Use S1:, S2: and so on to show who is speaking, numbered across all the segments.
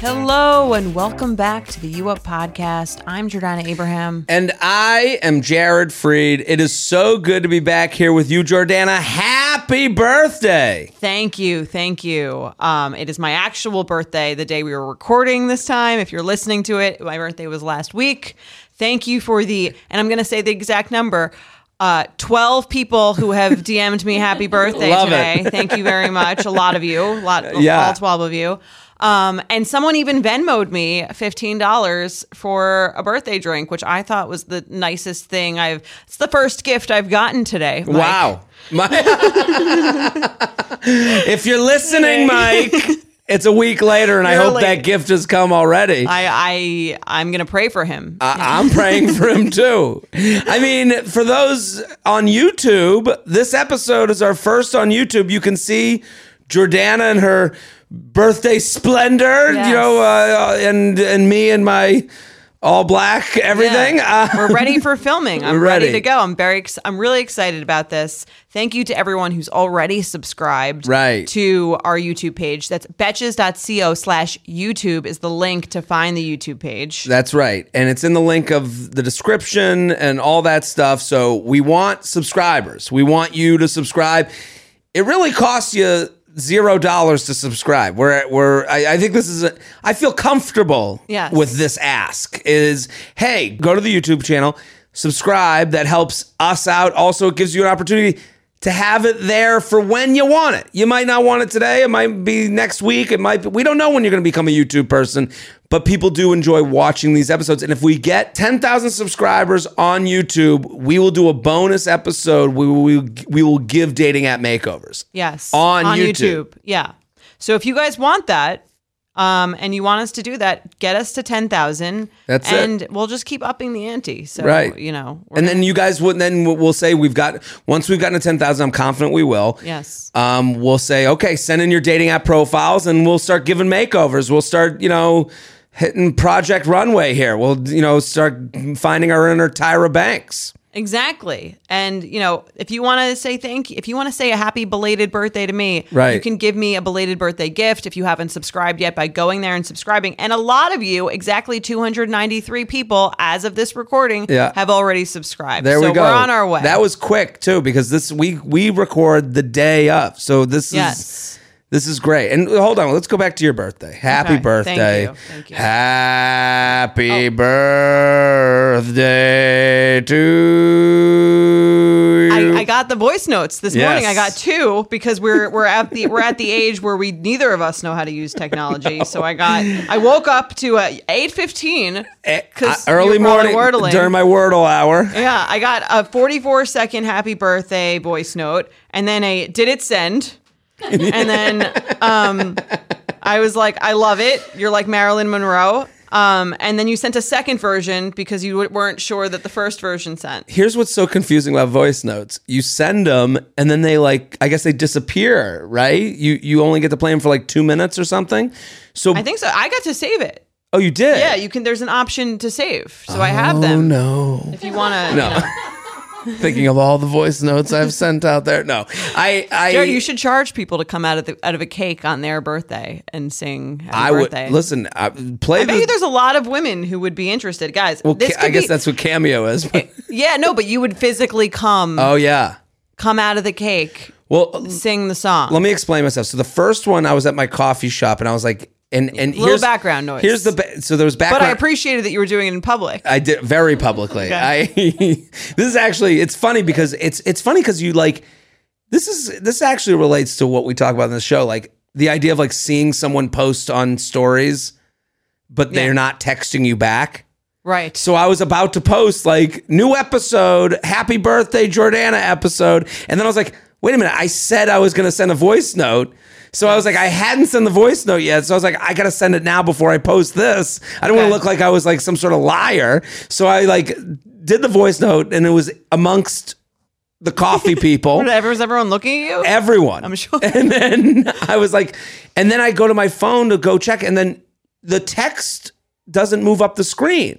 S1: Hello and welcome back to the U Up podcast. I'm Jordana Abraham.
S2: And I am Jared Freed. It is so good to be back here with you, Jordana. Happy birthday.
S1: Thank you, thank you. Um, it is my actual birthday, the day we were recording this time. If you're listening to it, my birthday was last week. Thank you for the, and I'm going to say the exact number. Uh, 12 people who have DM'd me happy birthday
S2: Love
S1: today.
S2: it.
S1: Thank you very much. A lot of you, a lot,
S2: Yeah.
S1: all 12 of you. Um, and someone even Venmoed me $15 for a birthday drink, which I thought was the nicest thing I've, it's the first gift I've gotten today. Mike.
S2: Wow. My- if you're listening, Mike, it's a week later, and I
S1: You're
S2: hope
S1: late.
S2: that gift has come already. I-
S1: I, I, I'm going to pray for him.
S2: I'm praying for him too. I mean, for those on YouTube, this episode is our first on YouTube. You can see Jordana and her birthday splendor,
S1: Yes.
S2: you know, uh, and and me and my all black everything.
S1: Yeah.
S2: Uh,
S1: We're ready for filming. I'm
S2: We're
S1: ready.
S2: ready.
S1: to go. I'm very ex- I'm really excited about this. Thank you to everyone who's already subscribed
S2: Right.
S1: to our YouTube page. That's betches.co slash YouTube is the link to find the YouTube page.
S2: That's right. And it's in the link of the description and all that stuff. So we want subscribers. We want you to subscribe. It really costs you zero dollars to subscribe. We're we're I, I think this is a I feel comfortable
S1: Yes.
S2: with this ask is hey, go to the YouTube channel, subscribe. That helps us out. Also, it gives you an opportunity to have it there for when you want it. You might not want it today. It might be next week. It might be, we don't know when you're going to become a YouTube person, but people do enjoy watching these episodes. And if we get 10,000 subscribers on YouTube, we will do a bonus episode. We will, we, we will give dating app makeovers.
S1: yes.
S2: On YouTube.
S1: Yeah. So if you guys want that, um, and you want us to do that, get us to ten thousand.
S2: That's it.
S1: and we'll just keep upping the ante. So
S2: Right.
S1: you know, we're
S2: And then you guys would then we'll say we've got once we've gotten to 10,000, I'm confident we will.
S1: yes.
S2: um, we'll say, okay, send in your dating app profiles and we'll start giving makeovers. We'll start, you know, hitting Project Runway here. We'll, you know, start finding our inner Tyra Banks.
S1: Exactly. And, you know, if you want to say thank you, if you want to say a happy belated birthday to me, you
S2: Right.
S1: can give me a belated birthday gift if you haven't subscribed yet by going there and subscribing. And a lot of you, exactly 293 people as of this recording,
S2: Yeah.
S1: have already subscribed.
S2: There
S1: so
S2: we go.
S1: are on our way.
S2: That was quick too, because this we we record the day of, so this
S1: Yes.
S2: is this is great. And hold on, let's go back to your birthday. Happy
S1: Okay. Thank
S2: birthday!
S1: you. Thank you. Oh.
S2: Happy birthday to you.
S1: I, I got the voice notes this
S2: Yes.
S1: morning. I got two because we're we're at the we're at the age where we neither of us know how to use technology. So I got I woke up to uh, eight fifteen because
S2: Uh, early morning during my Wordle hour.
S1: Yeah, I got a 44 second happy birthday voice note and then a did it send? and then um, I was like, I love it. You're like Marilyn Monroe. Um, and then you sent a second version because you w- weren't sure that the first version sent.
S2: Here's what's so confusing about voice notes: you send them and then they like, I guess they disappear, right? You you only get to play them for like two minutes or something. So
S1: I think so. I got to save it.
S2: oh, you did?
S1: Yeah, you can. There's an option to save, so I have them.
S2: Oh, no.
S1: If you want to,
S2: No. Thinking of all the voice notes I've sent out there. No, I I
S1: Jared, you should charge people to come out of the out of a cake on their birthday and sing happy
S2: I would
S1: birthday.
S2: listen. I, play
S1: I bet
S2: the.
S1: you there's a lot of women who would be interested, guys.
S2: well,
S1: this
S2: ca- I
S1: could
S2: guess
S1: be-
S2: that's what cameo is. but-
S1: yeah, no, but you would physically come
S2: oh yeah.
S1: come out of the cake,
S2: Well,
S1: sing the song.
S2: Let me explain myself. So the first one, I was at my coffee shop and I was like, And and
S1: Little
S2: here's-
S1: background noise.
S2: Here's the ba- so there was
S1: But
S2: background.
S1: I appreciated that you were doing it in public.
S2: I did very publicly. I this is actually it's funny because it's it's funny because you like this is this actually relates to what we talk about in the show, like the idea of like seeing someone post on stories, but they're
S1: Yeah.
S2: not texting you back.
S1: Right.
S2: So I was about to post like new episode, happy birthday Jordana episode, and then I was like, wait a minute, I said I was gonna send a voice note. So I was like, I hadn't sent the voice note yet. So I was like, I gotta send it now before I post this. I don't want
S1: Okay.
S2: to look like I was like some sort of liar. So I like did the voice note, and it was amongst the coffee people
S1: Everyone's everyone looking at you?
S2: everyone. I'm
S1: sure.
S2: And then I was like, and then I go to my phone to go check, and then the text doesn't move up the screen.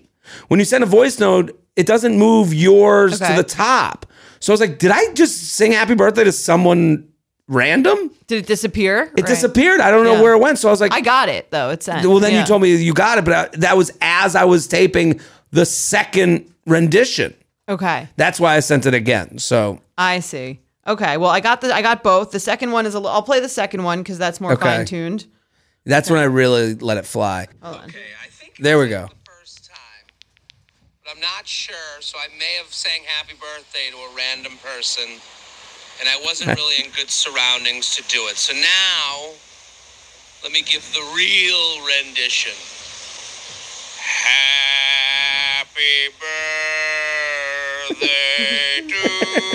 S2: When you send a voice note, it doesn't move yours
S1: Okay.
S2: to the top. So I was like, did I just sing happy birthday to someone random?
S1: Did it disappear?
S2: It disappeared. I don't know
S1: Yeah.
S2: where it went. So I was like,
S1: I got it though. It's sent.
S2: well, then
S1: Yeah.
S2: you told me you got it, but I, that was as I was taping the second rendition.
S1: Okay.
S2: That's why I sent it again. So
S1: I see. Okay. Well, I got the I got both. The second one is a li- I'll play the second one because that's more
S2: Okay.
S1: fine tuned.
S2: that's when I really let it fly.
S1: Oh.
S3: Okay, I think
S2: There
S3: I
S2: we
S3: said
S2: go.
S3: The first time, but I'm not sure, so I may have sang "Happy Birthday" to a random person, and I wasn't really in good surroundings to do it. So now, let me give the real rendition. Happy birthday to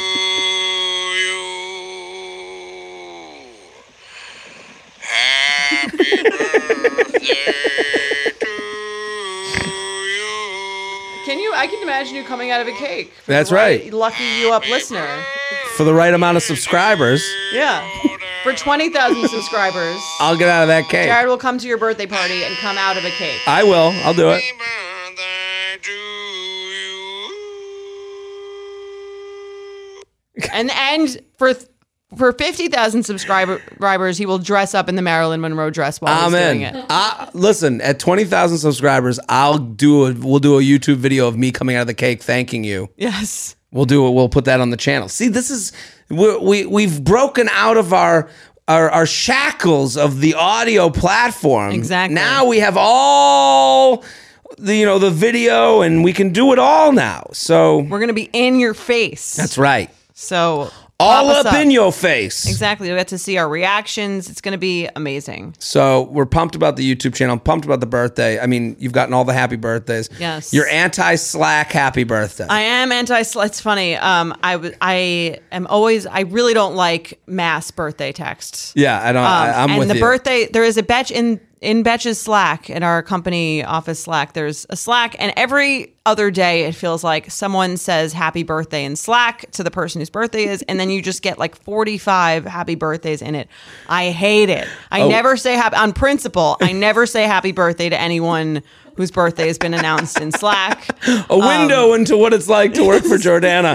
S3: you. Happy birthday to you.
S1: Can you? I can imagine you coming out of a cake. for the
S2: That's right.
S1: Lucky you up, listener.
S2: For the right amount of subscribers,
S1: Yeah. For twenty thousand subscribers,
S2: I'll get out of that cake.
S1: Jared will come to your birthday party and come out of a cake.
S2: I will. I'll do it.
S3: Happy birthday to you.
S1: And and for th- for fifty thousand subscribers, he will dress up in the Marilyn Monroe dress while he's
S2: Amen.
S1: doing it.
S2: I, listen, at twenty thousand subscribers, I'll do a. We'll do a YouTube video of me coming out of the cake, thanking you.
S1: Yes.
S2: We'll do it. We'll put that on the channel. See, this is we we we've broken out of our. Our, our shackles of the audio platform.
S1: Exactly.
S2: Now we have all the you know the video, and we can do it all now. So
S1: We're gonna be in your face.
S2: that's right.
S1: so
S2: All
S1: pop us
S2: up, in your face.
S1: Exactly. You'll get to see our reactions. It's gonna be amazing.
S2: So we're pumped about the YouTube channel. pumped about the birthday. I mean, you've gotten all the happy birthdays.
S1: Yes.
S2: You're anti-slack happy birthday.
S1: I am anti. It's funny. Um, I w- I am always. I really don't like mass birthday texts.
S2: yeah, I don't.
S1: Um,
S2: I, I'm
S1: and
S2: with
S1: the
S2: you.
S1: birthday. There is a batch in in Betch's Slack in our company office Slack. There's a Slack, and every other day it feels like someone says happy birthday in Slack to the person whose birthday is, and then you just get like 45 happy birthdays in it. I hate it. I
S2: Oh.
S1: never say happy on principle. I never say happy birthday to anyone whose birthday has been announced in Slack.
S2: A window
S1: um,
S2: into what it's like to work for Jordana.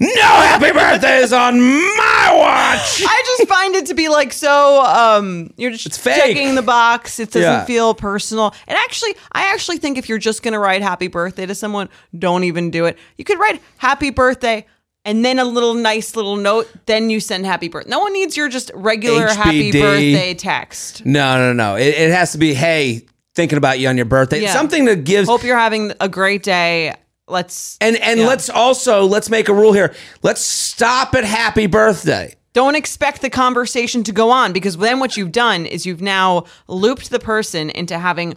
S2: no happy birthdays on my watch.
S1: I just find it to be like so. Um, you're just
S2: fake.
S1: checking the box. It doesn't
S2: Yeah.
S1: feel personal. And actually, I actually think if you're just gonna write "Happy Birthday" to someone, don't even do it. You could write "Happy Birthday" and then a little nice little note. Then you send "Happy Birthday." No one needs your just regular "Happy
S2: HBD.
S1: Birthday" text.
S2: No, no, no. It, it has to be. Hey, thinking about you on your birthday.
S1: Yeah.
S2: Something that gives.
S1: Hope you're having a great day. Let's
S2: and and let's also let's make a rule here. Let's stop at happy birthday.
S1: don't expect the conversation to go on because then what you've done is you've now looped the person into having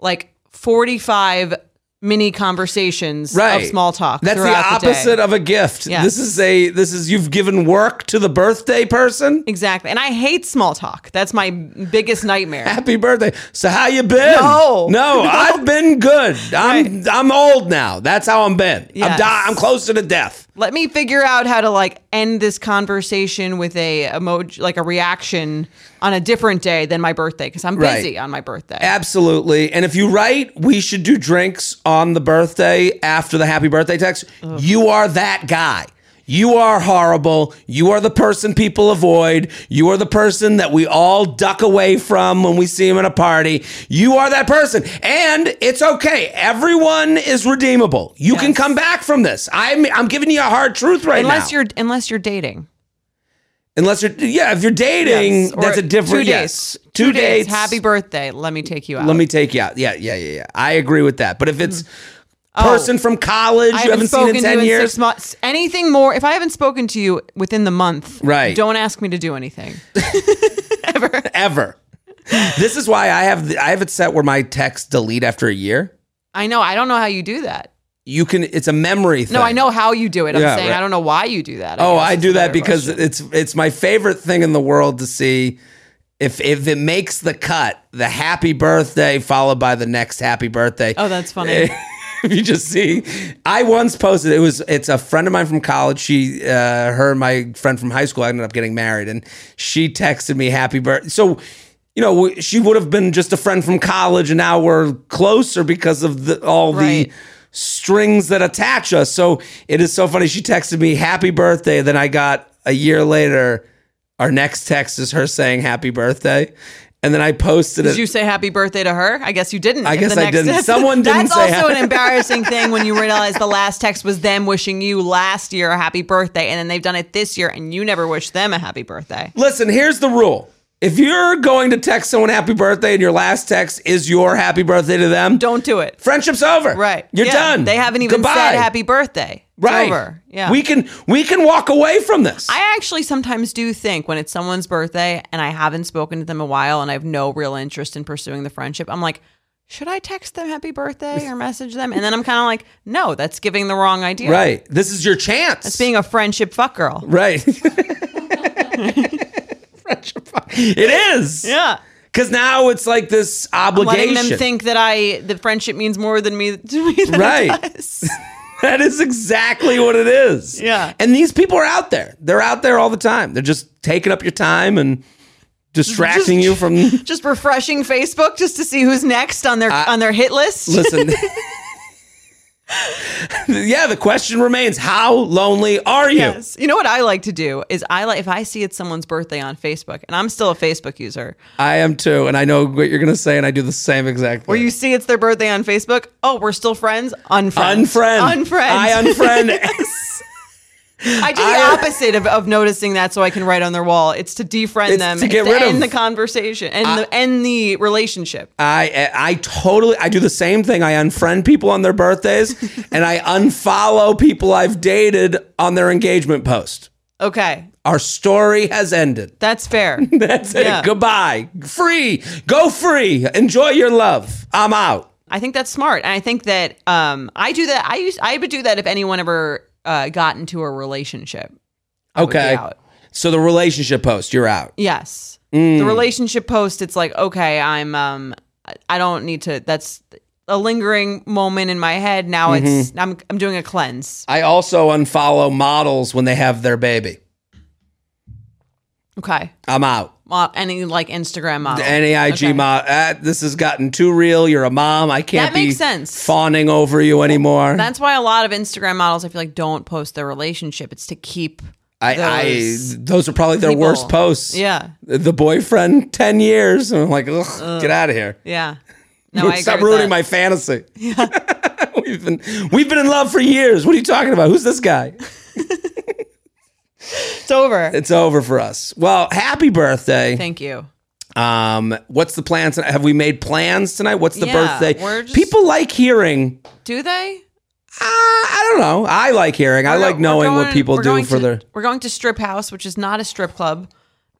S1: like 45 mini conversations
S2: right.
S1: of small talk.
S2: That's the
S1: throughout day.
S2: opposite of a gift.
S1: Yeah.
S2: This is a this is you've given work to the birthday person.
S1: Exactly. And I hate small talk. That's my biggest nightmare.
S2: Happy birthday. So how you been?
S1: No.
S2: No, I've been good. I'm I'm old now. That's how I'm been. I'm
S1: Yes.
S2: di- I'm closer to death.
S1: Let me figure out how to like end this conversation with a emoji like a reaction on a different day than my birthday because I'm
S2: Right.
S1: busy on my birthday.
S2: Absolutely. And if you write, we should do drinks on the birthday after the happy birthday text. You are that guy. You are horrible. You are the person people avoid. You are the person that we all duck away from when we see him at a party. You are that person. And it's okay. Everyone is redeemable. You can
S1: Yes.
S2: come back from this. I'm I'm giving you a hard truth right now.
S1: unless you're unless you're dating.
S2: Unless you're, yeah, if you're dating,
S1: Yes, or
S2: that's a different.
S1: Two days.
S2: yes. Two, dates.
S1: Happy birthday. Let me take you out.
S2: Let me take you out. Yeah, yeah, yeah, yeah. I agree with that. But if it's
S1: Oh.
S2: person from college
S1: I
S2: you haven't seen
S1: spoken
S2: in
S1: to
S2: ten
S1: you
S2: years,
S1: six months. Anything more? If I haven't spoken to you within the month,
S2: Right.
S1: Don't ask me to do anything.
S2: ever. this is why I have the, I have it set where my texts delete after a year.
S1: I know. I don't know how you do that.
S2: You can. It's a memory thing.
S1: No, I know how you do it. I'm
S2: Yeah,
S1: saying
S2: right.
S1: I don't know why you do that.
S2: Oh,
S1: guess
S2: I
S1: is
S2: do
S1: the
S2: that
S1: better
S2: because
S1: question.
S2: it's it's my favorite thing in the world to see if if it makes the cut, the happy birthday followed by the next happy birthday.
S1: Oh, that's funny.
S2: if you just see i once posted it was it's a friend of mine from college she uh her and my friend from high school ended up getting married and she texted me happy birthday so you know we- she would have been just a friend from college and now we're closer because of the, all
S1: Right.
S2: the strings that attach us so it is so funny she texted me happy birthday then i got a year later our next text is her saying happy birthday and then i posted it
S1: Did you say happy birthday to her? I guess you didn't.
S2: I
S1: if
S2: guess I didn't. Someone didn't
S1: That's
S2: say
S1: also
S2: happy-
S1: an embarrassing thing when you realize the last text was them wishing you last year a happy birthday, and then they've done it this year, and you never wish them a happy birthday.
S2: Listen, here's the rule. If you're going to text someone happy birthday and your last text is your happy birthday to them,
S1: Don't do it.
S2: friendship's over.
S1: Right.
S2: You're
S1: Yeah.
S2: done.
S1: They haven't even
S2: Goodbye.
S1: said happy birthday. It's
S2: Right.
S1: over. Yeah.
S2: We can we can walk away from this.
S1: I actually sometimes do think when it's someone's birthday and I haven't spoken to them in a while and I have no real interest in pursuing the friendship, I'm like, should I text them happy birthday or message them? And then I'm kind of like, no, that's giving the wrong idea.
S2: right. This is your chance.
S1: It's being a friendship fuck girl.
S2: right. Friendship. It is.
S1: Yeah.
S2: Cuz now it's like this
S1: I'm
S2: obligation.
S1: letting them think that I the friendship means more than me to me than
S2: Right.
S1: it does.
S2: That is exactly what it is.
S1: Yeah.
S2: And these people are out there. They're out there all the time. They're just taking up your time and distracting you from
S1: Just refreshing Facebook just to see who's next on their on their hit list.
S2: Listen. yeah, the question remains: How lonely are you?
S1: Yes. You know what I like to do is I like if I see it's someone's birthday on Facebook and I'm still a Facebook user,
S2: I am too, and I know what you're gonna say, and I do the same exact.
S1: or
S2: thing.
S1: you see it's their birthday on Facebook. Oh, we're still friends. Unfriend.
S2: unfriend?
S1: Unfriend.
S2: I unfriend.
S1: I do
S2: I-
S1: the opposite of, of noticing that, so I can write on their wall. It's to defriend
S2: It's
S1: them,
S2: to
S1: it's
S2: get rid of-
S1: end the conversation and the end the relationship.
S2: I I totally I do the same thing. I unfriend people on their birthdays, and I unfollow people I've dated on their engagement post.
S1: Okay,
S2: Our story has ended.
S1: that's fair.
S2: That's it.
S1: Yeah.
S2: Goodbye. Free. Go free. Enjoy your love. I'm out.
S1: I think that's smart, and I think that um, I do that. I use I would do that if anyone ever uh, got into a relationship. I would be
S2: Okay.
S1: out.
S2: So the relationship post, you're out.
S1: Yes.
S2: Mm.
S1: The relationship post, it's like, okay, I'm um I- I don't need to that's a lingering moment in my head. Now
S2: Mm-hmm.
S1: it's I'm I'm doing a cleanse.
S2: I also unfollow models when they have their baby.
S1: Okay.
S2: I'm out.
S1: Well, any like Instagram model.
S2: Any IG mod. ah, this has gotten too real. You're a mom. I can't
S1: That makes
S2: be
S1: sense.
S2: fawning over you anymore.
S1: that's why a lot of Instagram models I feel like don't post their relationship. It's to keep
S2: I, I
S1: those
S2: those are probably their
S1: people.
S2: worst posts.
S1: Yeah.
S2: The boyfriend, 10 years. And I'm like, ugh, get out of here.
S1: Yeah. No, I
S2: Stop
S1: agree with
S2: ruining
S1: that.
S2: my fantasy. we've been we've been in love for years. What are you talking about? Who's this guy?
S1: It's over.
S2: It's over for us. Well, happy birthday.
S1: Thank you.
S2: Um, what's the plans? tonight? Have we made plans tonight? What's the
S1: Yeah,
S2: birthday?
S1: we're just-
S2: People like hearing.
S1: Do they?
S2: Uh, I don't know. I like hearing. I
S1: We're
S2: like
S1: go- we're
S2: knowing what
S1: going-
S2: people
S1: we're
S2: do
S1: going
S2: for
S1: to-
S2: their
S1: We're going to Strip House, which is not a strip club.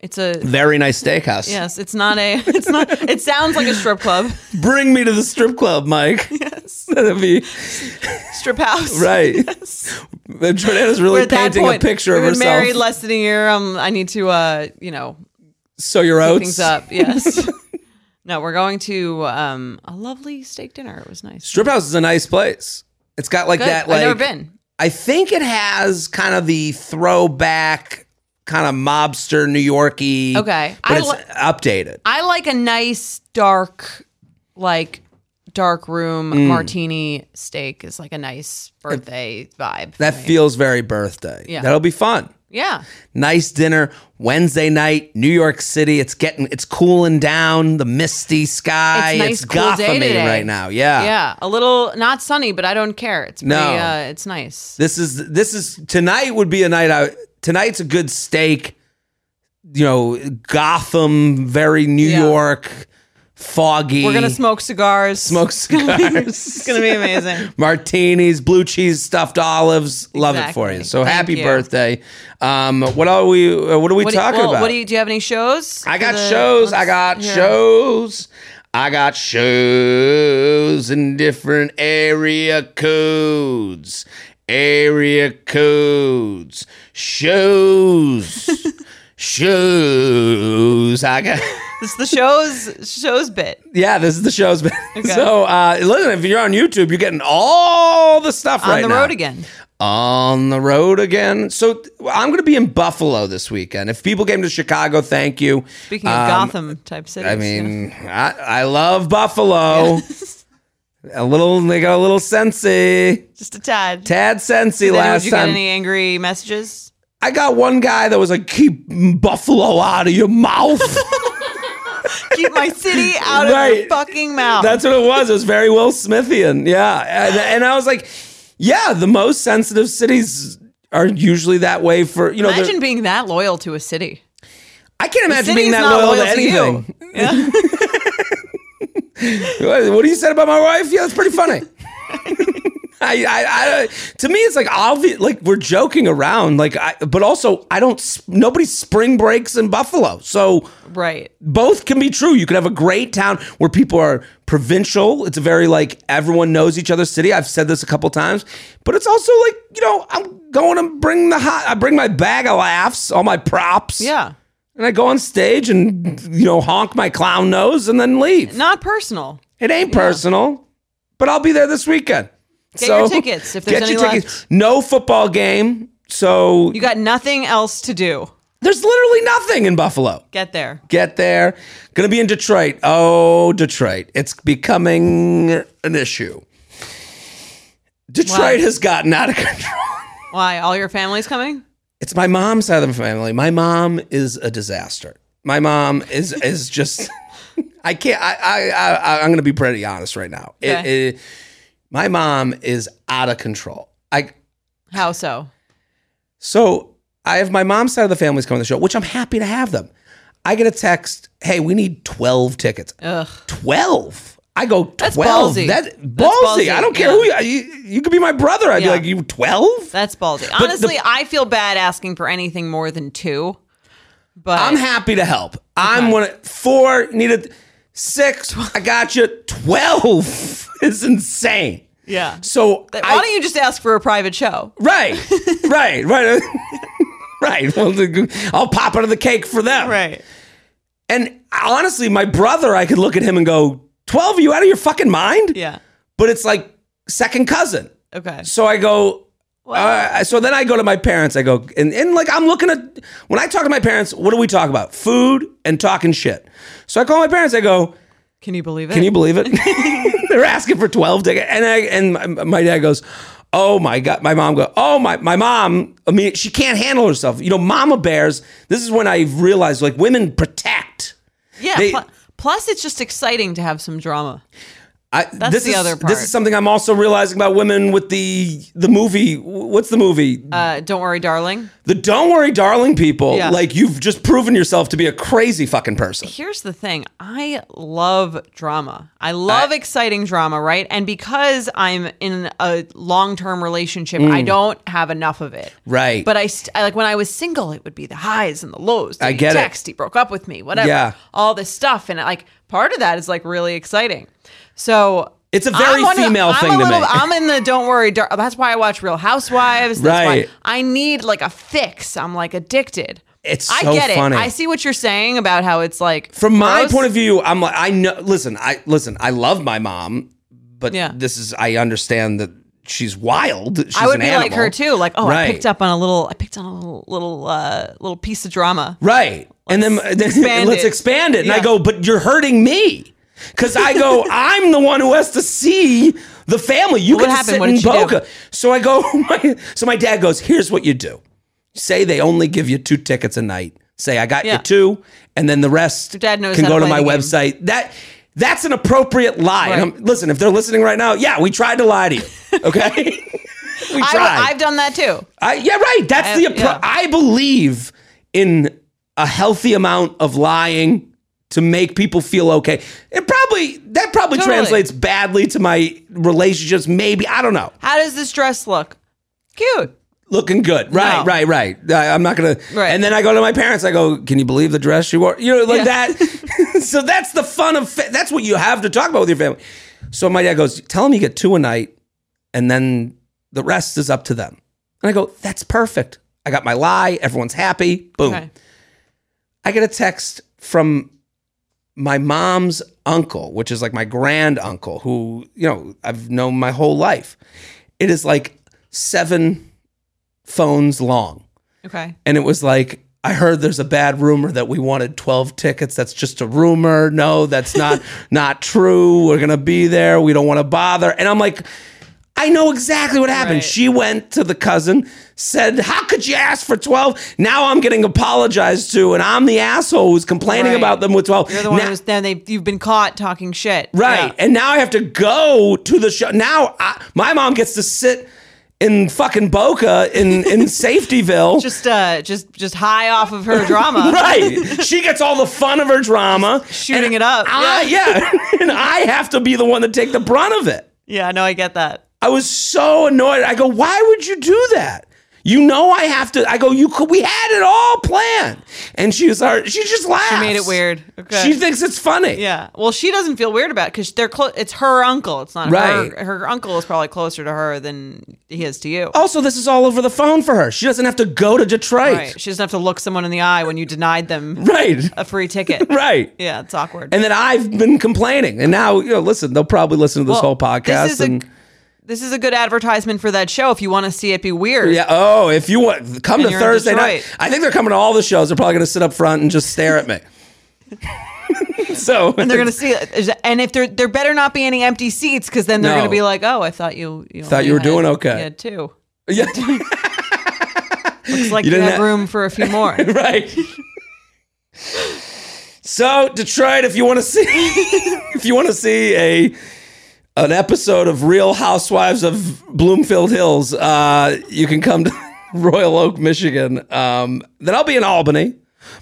S1: It's a
S2: very nice steakhouse.
S1: Yes, it's not a. It's not. It sounds like a strip club,
S2: Bring me to the strip club, Mike. Yes, that'd be
S1: strip house.
S2: right. Jordana's really
S1: We're at that
S2: painting
S1: point.
S2: a picture
S1: We've
S2: of
S1: been
S2: herself.
S1: married less than a year. Um, I need to, uh, you know,
S2: so your oats.
S1: things up. Yes. no, we're going to um a lovely steak dinner. It was nice.
S2: Strip house is a nice place. It's got like
S1: Good.
S2: that. Like
S1: I've never been.
S2: I think it has kind of the throwback, kind of mobster New Yorky.
S1: Okay.
S2: but
S1: I
S2: it's
S1: li-
S2: updated.
S1: I like a nice dark, like dark room
S2: Mm.
S1: martini steak is like a nice birthday vibe.
S2: That feels very birthday.
S1: Yeah.
S2: that'll be fun.
S1: yeah.
S2: Nice dinner Wednesday night, New York City. It's getting it's cooling down. The misty sky.
S1: It's nice, cool day
S2: Gothamy
S1: today.
S2: right now. Yeah.
S1: Yeah, a little not sunny, but I don't care. It's pretty,
S2: Ah. No.
S1: uh, it's nice.
S2: This is this is tonight would be a night out. Tonight's a good steak you know, Gotham, very New
S1: Yeah.
S2: York, foggy.
S1: We're gonna smoke cigars.
S2: smoke cigars,
S1: It's gonna be amazing.
S2: martinis, blue cheese, stuffed olives. Love it for you.
S1: Exactly.
S2: So
S1: Thank
S2: happy
S1: you.
S2: birthday. Um, what are we? Uh, what are we
S1: What do you,
S2: talking
S1: well,
S2: about?
S1: What do you? Do you have any shows?
S2: I got
S1: for the-
S2: shows. I
S1: let's
S2: got
S1: hear 'em.
S2: shows. I got shows in different area codes. Area codes. Shows. shows. I got.
S1: It's the shows shows bit.
S2: Yeah, this is the show's been. So uh, listen, if you're on YouTube, you're getting all the stuff
S1: On
S2: right
S1: the
S2: now.
S1: road again.
S2: On the road again. So th- I'm going to be in Buffalo this weekend. If people came to Chicago, thank you.
S1: Speaking of
S2: Um,
S1: Gotham type cities.
S2: I
S1: you know.
S2: mean, I, I love Buffalo. a little, they got a little sensey,
S1: just a tad.
S2: tad sensey
S1: Did any-
S2: last
S1: did you
S2: time.
S1: get any angry messages?
S2: I got one guy that was like, "Keep Buffalo out of your mouth."
S1: Keep my city out of your
S2: Right.
S1: fucking mouth.
S2: That's what it was. It was very Will Smithian. Yeah. And, and I was like, yeah, the most sensitive cities are usually that way for, you know, they're-
S1: Imagine being that loyal to a city.
S2: I can't imagine
S1: City's
S2: being that
S1: not
S2: loyal,
S1: loyal
S2: to
S1: to you.
S2: anything. what, what do you said about my wife? Yeah, that's pretty funny. I, I, I, to me, it's like obvious. Like we're joking around, like, I, but also I don't. s- Nobody spring breaks in Buffalo, so
S1: Right.
S2: both can be true. You can have a great town where people are provincial. It's a very like everyone knows each other's city. I've said this a couple times, but it's also like you know I'm going to bring the hot. I bring my bag of laughs, all my props,
S1: Yeah.
S2: and I go on stage and you know honk my clown nose and then leave.
S1: Not personal.
S2: It ain't personal, but I'll be there this weekend.
S1: Get your tickets if there's
S2: get
S1: any
S2: your tickets. No football game, so
S1: You got nothing else to do.
S2: there's literally nothing in Buffalo.
S1: Get there.
S2: Get there. Gonna be in Detroit. Oh, Detroit. It's becoming an issue. Detroit
S1: Why?
S2: has gotten out of control.
S1: Why? All your family's coming?
S2: It's my mom's side of the family. My mom is a disaster. My mom is is just. I can't. I, I I I'm gonna be pretty honest right now. It-
S1: Okay.
S2: it- my mom is out of control. I
S1: How so?
S2: so I have my mom's side of the family's coming to the show, which I'm happy to have them. I get a text. Hey, we need 12 tickets.
S1: Ugh.
S2: 12. I go, 12.
S1: That's ballsy.
S2: That, ballsy.
S1: That's ballsy,
S2: I don't care
S1: yeah.
S2: who you, you, you could be my brother. I'd
S1: Yeah.
S2: be like, you 12?
S1: That's ballsy.
S2: the-
S1: Honestly, I feel bad asking for anything more than two. But
S2: I'm happy to help. I'm one of four needed six. I got you. 12 is insane.
S1: yeah.
S2: So
S1: Why
S2: I-
S1: don't you just ask for a private show?
S2: Right, right, right, right. Well, the- I'll pop out of the cake for them. And honestly, my brother, I could look at him and go, 12, are you out of your fucking mind?
S1: Yeah.
S2: But it's like second cousin.
S1: Okay.
S2: So I go,
S1: Well-
S2: uh, so then I go to my parents. I go, and, and like, I'm looking at, when I talk to my parents, what do we talk about? Food and talking shit. So I call my parents. I go,
S1: Can you believe it?
S2: can you believe it? They're asking for 12 tickets. And I, and my, my dad goes, Oh my God. My mom go, Oh my, my mom. I mean, she can't handle herself. You know, mama bears. This is when I realized like women protect.
S1: yeah.
S2: they-
S1: pl- plus, it's just exciting to have some drama.
S2: I,
S1: That's
S2: this
S1: the
S2: is,
S1: other part.
S2: This is something I'm also realizing about women with the the movie. What's the movie?
S1: Uh, don't worry, darling.
S2: the Don't Worry Darling people.
S1: Yeah.
S2: Like you've just proven yourself to be a crazy fucking person.
S1: Here's the thing I love drama. I love exciting drama, right? And because I'm in a long term relationship, I don't have enough of it.
S2: Mm. Right.
S1: But I, st- I like when I was single, it would be the highs and the lows. Did
S2: I
S1: he
S2: get it.
S1: text, He broke up with me, whatever.
S2: Yeah.
S1: All this stuff. And like part of that is like really exciting. So
S2: It's a very
S1: I'm one of the-
S2: female
S1: I'm a
S2: thing to
S1: little-
S2: me.
S1: I'm in the don't worry. Dar- that's why I watch Real Housewives. That's
S2: Right.
S1: Why I need like a fix. I'm like addicted.
S2: It's
S1: I
S2: so
S1: get
S2: funny.
S1: it. I see what you're saying about how it's like
S2: From my
S1: gross.
S2: point of view, I'm like I know. Listen, I listen. I love my mom, but
S1: Yeah.
S2: this is I understand that she's wild. She's
S1: I would
S2: an
S1: be like
S2: animal.
S1: her too. Like, oh, I
S2: Right.
S1: picked up on a little. I picked on a little little uh, little piece of drama.
S2: Right. and then then
S1: expand
S2: let's
S1: it.
S2: expand it. And I
S1: Yeah.
S2: go, but you're hurting me. Cause I go, I'm the one who has to see the family. You
S1: What
S2: can
S1: happened?
S2: sit
S1: What
S2: in
S1: did you do?
S2: Boca. So I go, my, so my dad goes, here's what you do. Say they only give you two tickets a night. Say I got
S1: Yeah.
S2: you two, and then the rest
S1: dad knows
S2: can
S1: how
S2: go
S1: to
S2: to my
S1: play the game.
S2: website. That that's an appropriate lie. And
S1: Right.
S2: I'm- listen, if they're listening right now, yeah, we tried to lie to you. Okay, we
S1: I,
S2: tried.
S1: I've done that too.
S2: I, yeah, right. That's
S1: I-
S2: the. Appro-
S1: yeah.
S2: I believe in a healthy amount of lying to make people feel okay. It probably that probably
S1: Totally.
S2: translates badly to my relationships. Maybe I don't know.
S1: How does this dress look? Cute.
S2: Looking good, right,
S1: No.
S2: right, right. I, I'm not gonna.
S1: Right.
S2: And then I go to my parents. I go, "Can you believe the dress she wore?" You know, like that. so that's the fun of. Fa- that's what you have to talk about with your family. So my dad goes, "Tell them you get two a night, and then the rest is up to them." And I go, "That's perfect." I got my lie. Everyone's happy. Boom.
S1: Okay.
S2: I get a text from my mom's uncle, which is like my grand uncle, who, you know, I've known my whole life. It is like seven phones long.
S1: Okay.
S2: And it was like, I heard there's a bad rumor that we wanted 12 tickets. That's just a rumor. No, that's not not true. We're going to be there. We don't want to bother. And I'm like, I know exactly what happened.
S1: Right.
S2: She went to the cousin, said, "How could you ask for 12? Now I'm getting apologized to and I'm the asshole who's complaining
S1: Right.
S2: about them with 12."
S1: You're the one
S2: Now-
S1: who's then they you've been caught talking shit.
S2: Right.
S1: Yeah.
S2: And now I have to go to the show. Now I, my mom gets to sit in fucking Boca in in Safetyville.
S1: Just uh just just high off of her drama.
S2: right. She gets all the fun of her drama,
S1: Shooting
S2: and
S1: it up.
S2: I, yeah. and I have to be the one to take the brunt of it.
S1: Yeah, no, I get that.
S2: I was so annoyed. I go, why would you do that? You know I have to. I go, you could. We had it all planned, and she was. She just laughs.
S1: Made it weird. Okay.
S2: She thinks it's funny.
S1: yeah. Well, she doesn't feel weird about it because they're close. It's her uncle. It's not
S2: Right.
S1: her. Her uncle is probably closer to her than he is to you.
S2: Also, this is all over the phone for her. She doesn't have to go to Detroit.
S1: right. She doesn't have to look someone in the eye when you denied them
S2: Right.
S1: a free ticket.
S2: Right.
S1: Yeah, it's awkward.
S2: And then I've been complaining. And now, you know, listen, they'll probably listen to this
S1: Well,
S2: whole podcast.
S1: This is,
S2: and
S1: a, this is a good advertisement for that show. If you want to see it, be weird.
S2: yeah, oh, if you want come
S1: And
S2: to
S1: you're in
S2: Thursday night.
S1: Detroit.
S2: I think they're coming to all the shows. They're probably gonna sit up front and just stare at me. so
S1: And they're gonna see it, Is- and if there there better not be any empty seats because then they're
S2: No.
S1: gonna be like, oh, I thought you, you
S2: Thought
S1: only
S2: you were
S1: had-
S2: doing okay.
S1: Yeah, two.
S2: Yeah.
S1: It's like
S2: You
S1: you,
S2: didn't
S1: have
S2: ha-
S1: room for a few more.
S2: right. so Detroit, if you want to see, if you want to see a an episode of Real Housewives of Bloomfield Hills, uh, you can come to Royal Oak, Michigan. Um, then I'll be in Albany,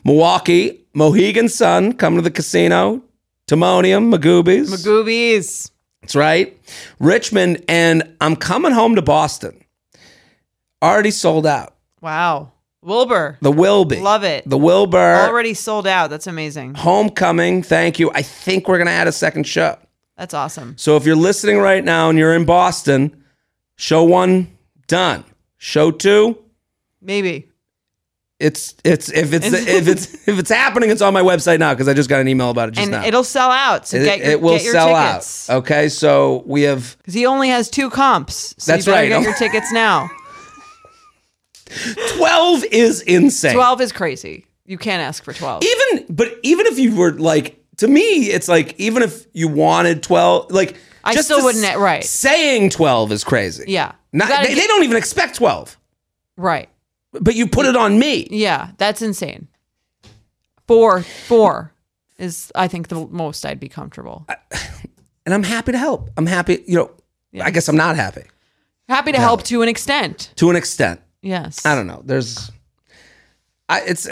S2: Milwaukee, Mohegan Sun. Come to the casino, Timonium, Magoobies.
S1: Goobies.
S2: That's right. Richmond, and I'm coming home to Boston. Already sold out.
S1: Wow. Wilbur.
S2: The Wilby.
S1: Love it.
S2: The Wilbur.
S1: Already sold out. That's amazing.
S2: Homecoming, thank you. I think we're going to add a second show.
S1: That's awesome.
S2: So if you're listening right now and you're in Boston, show 1 done. Show 2
S1: Maybe.
S2: it's it's if it's if it's if it's happening it's on my website now cuz I just got an email about it just
S1: And
S2: now.
S1: it'll sell out. So
S2: it,
S1: get your,
S2: it will
S1: get your
S2: sell
S1: tickets.
S2: out. Uh, Okay? So we have
S1: Because he only has two comps. So
S2: That's
S1: you better Get
S2: right.
S1: your tickets now.
S2: 12 is insane.
S1: 12 is crazy. You can't ask for 12.
S2: Even but even if you were like to me it's like even if you wanted 12 like
S1: I
S2: just
S1: still
S2: the
S1: wouldn't-
S2: s-
S1: right.
S2: Saying 12 is crazy.
S1: Yeah. You
S2: Not,
S1: gotta
S2: they,
S1: get-
S2: they don't even expect 12.
S1: right.
S2: But you put it on me.
S1: Yeah. That's insane. Four. Four is, I think, the most I'd be comfortable.
S2: And I'm happy to help. I'm happy, you know, I guess I'm not happy
S1: Happy to help to an extent.
S2: to an extent.
S1: Yes.
S2: I don't know. There's I it's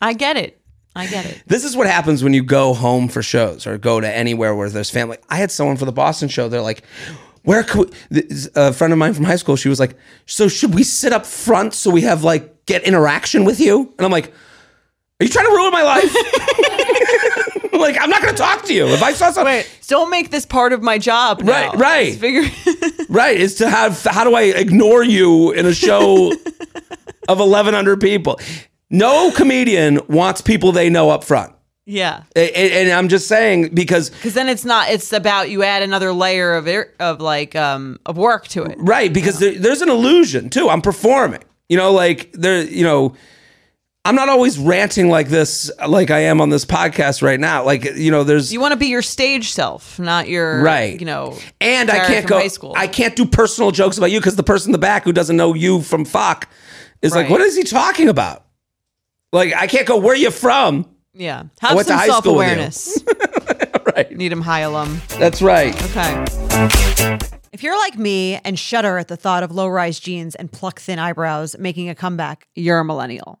S1: I get it. I get it.
S2: this is what happens when you go home for shows or go to anywhere where there's family. I had someone for the Boston show. They're like, where could we, th- a friend of mine from high school? She was like, so should we sit up front so we have like get interaction with you? And I'm like, are you trying to ruin my life? like I'm not going to talk to you if I saw something.
S1: Don't make this part of my job. now.
S2: Right, right.
S1: Just Figure.
S2: Right, is to have how do I ignore you in a show of 1100 people? No comedian wants people they know up front.
S1: yeah.
S2: A- a- And I'm just saying because
S1: Because then it's not. It's about you add another layer of ir- of like um of work to it.
S2: right because there, there's an illusion too. I'm performing. You know like there you know I'm not always ranting like this like I am on this podcast right now. Like you know there's
S1: You want to be your stage self, not your
S2: Right.
S1: You know.
S2: and I
S1: Jared
S2: can't
S1: from
S2: go
S1: High school.
S2: I can't do personal jokes about you cuz the person in the back who doesn't know you from fuck is like
S1: Right.
S2: what is he talking about? Like I can't go where you from?
S1: yeah. Have
S2: went to
S1: some
S2: high
S1: self
S2: school with you.
S1: awareness.
S2: Right.
S1: Needham High alum.
S2: That's right.
S1: Okay.
S4: If you're like me and shudder at the thought of low rise jeans and pluck thin eyebrows making a comeback,
S1: You're a millennial.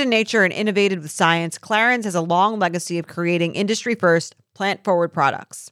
S1: in nature and innovated with science, Clarins has a long legacy of creating industry first, plant forward products.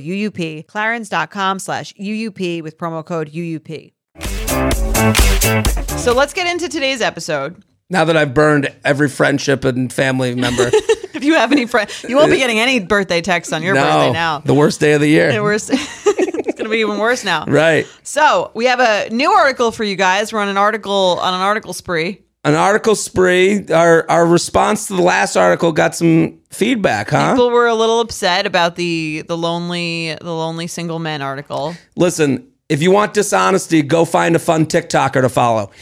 S1: UUP, clarins.com slash UUP with promo code UUP. So let's get into today's episode.
S2: Now that I've burned every friendship and family member,
S1: If you have any friends, you won't be getting any birthday texts on your birthday now.
S2: the worst day of the year.
S1: Worse- it's going to be even worse now.
S2: Right.
S1: So we have a new article for you guys. We're on an article on an article spree.
S2: An article spree. Our our response to the last article got some feedback, huh?
S1: People were a little upset about the the lonely the lonely single men article.
S2: Listen, if you want dishonesty, go find a fun TikToker to follow.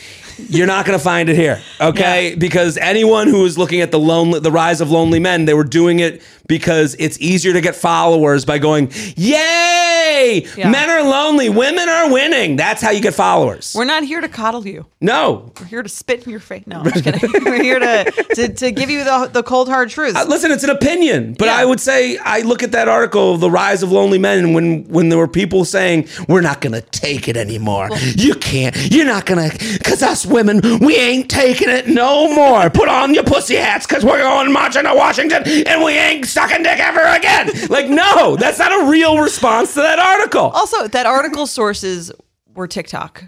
S2: You're not going to find it here, okay? Because anyone who is looking at the lonely, the rise of lonely men, they were doing it because it's easier to get followers by going, "Yay!
S1: Yeah.
S2: Men are lonely, women are winning." That's how you get followers.
S1: We're not here to coddle you.
S2: no,
S1: We're here to spit in your face. No, I'm just kidding. We're here to, to to give you the the cold hard truth.
S2: listen, it's an opinion, but
S1: Yeah.
S2: I would say I look at that article, "The Rise of Lonely Men," and when when there were people saying, "We're not gonna take it anymore. you can't. You're not gonna, cause us women, we ain't taking it no more. Put on your pussy hats, cause we're going marching to Washington, and we ain't sucking dick ever again." like, no, that's not a real response to that article.
S1: also, that article sources were TikTok,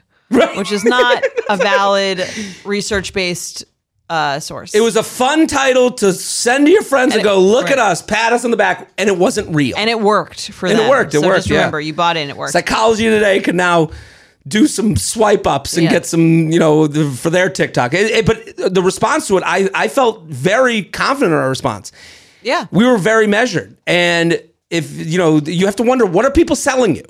S1: which is not a valid research based uh, source.
S2: It was a fun title to send to your friends and,
S1: it-
S2: go, "Look at
S1: right.
S2: us, pat us on the back," and it wasn't real.
S1: and it worked for
S2: And it
S1: them.
S2: worked, it
S1: so
S2: worked,
S1: Just
S2: yeah.
S1: remember, you bought in. It worked.
S2: Psychology Today can now do some swipe ups and
S1: Yeah.
S2: get some, you know, the, for their TikTok. It- it- but the response to it, I, I felt very confident in our response.
S1: yeah.
S2: We were very measured. And if, you know, you have to wonder what are people selling you?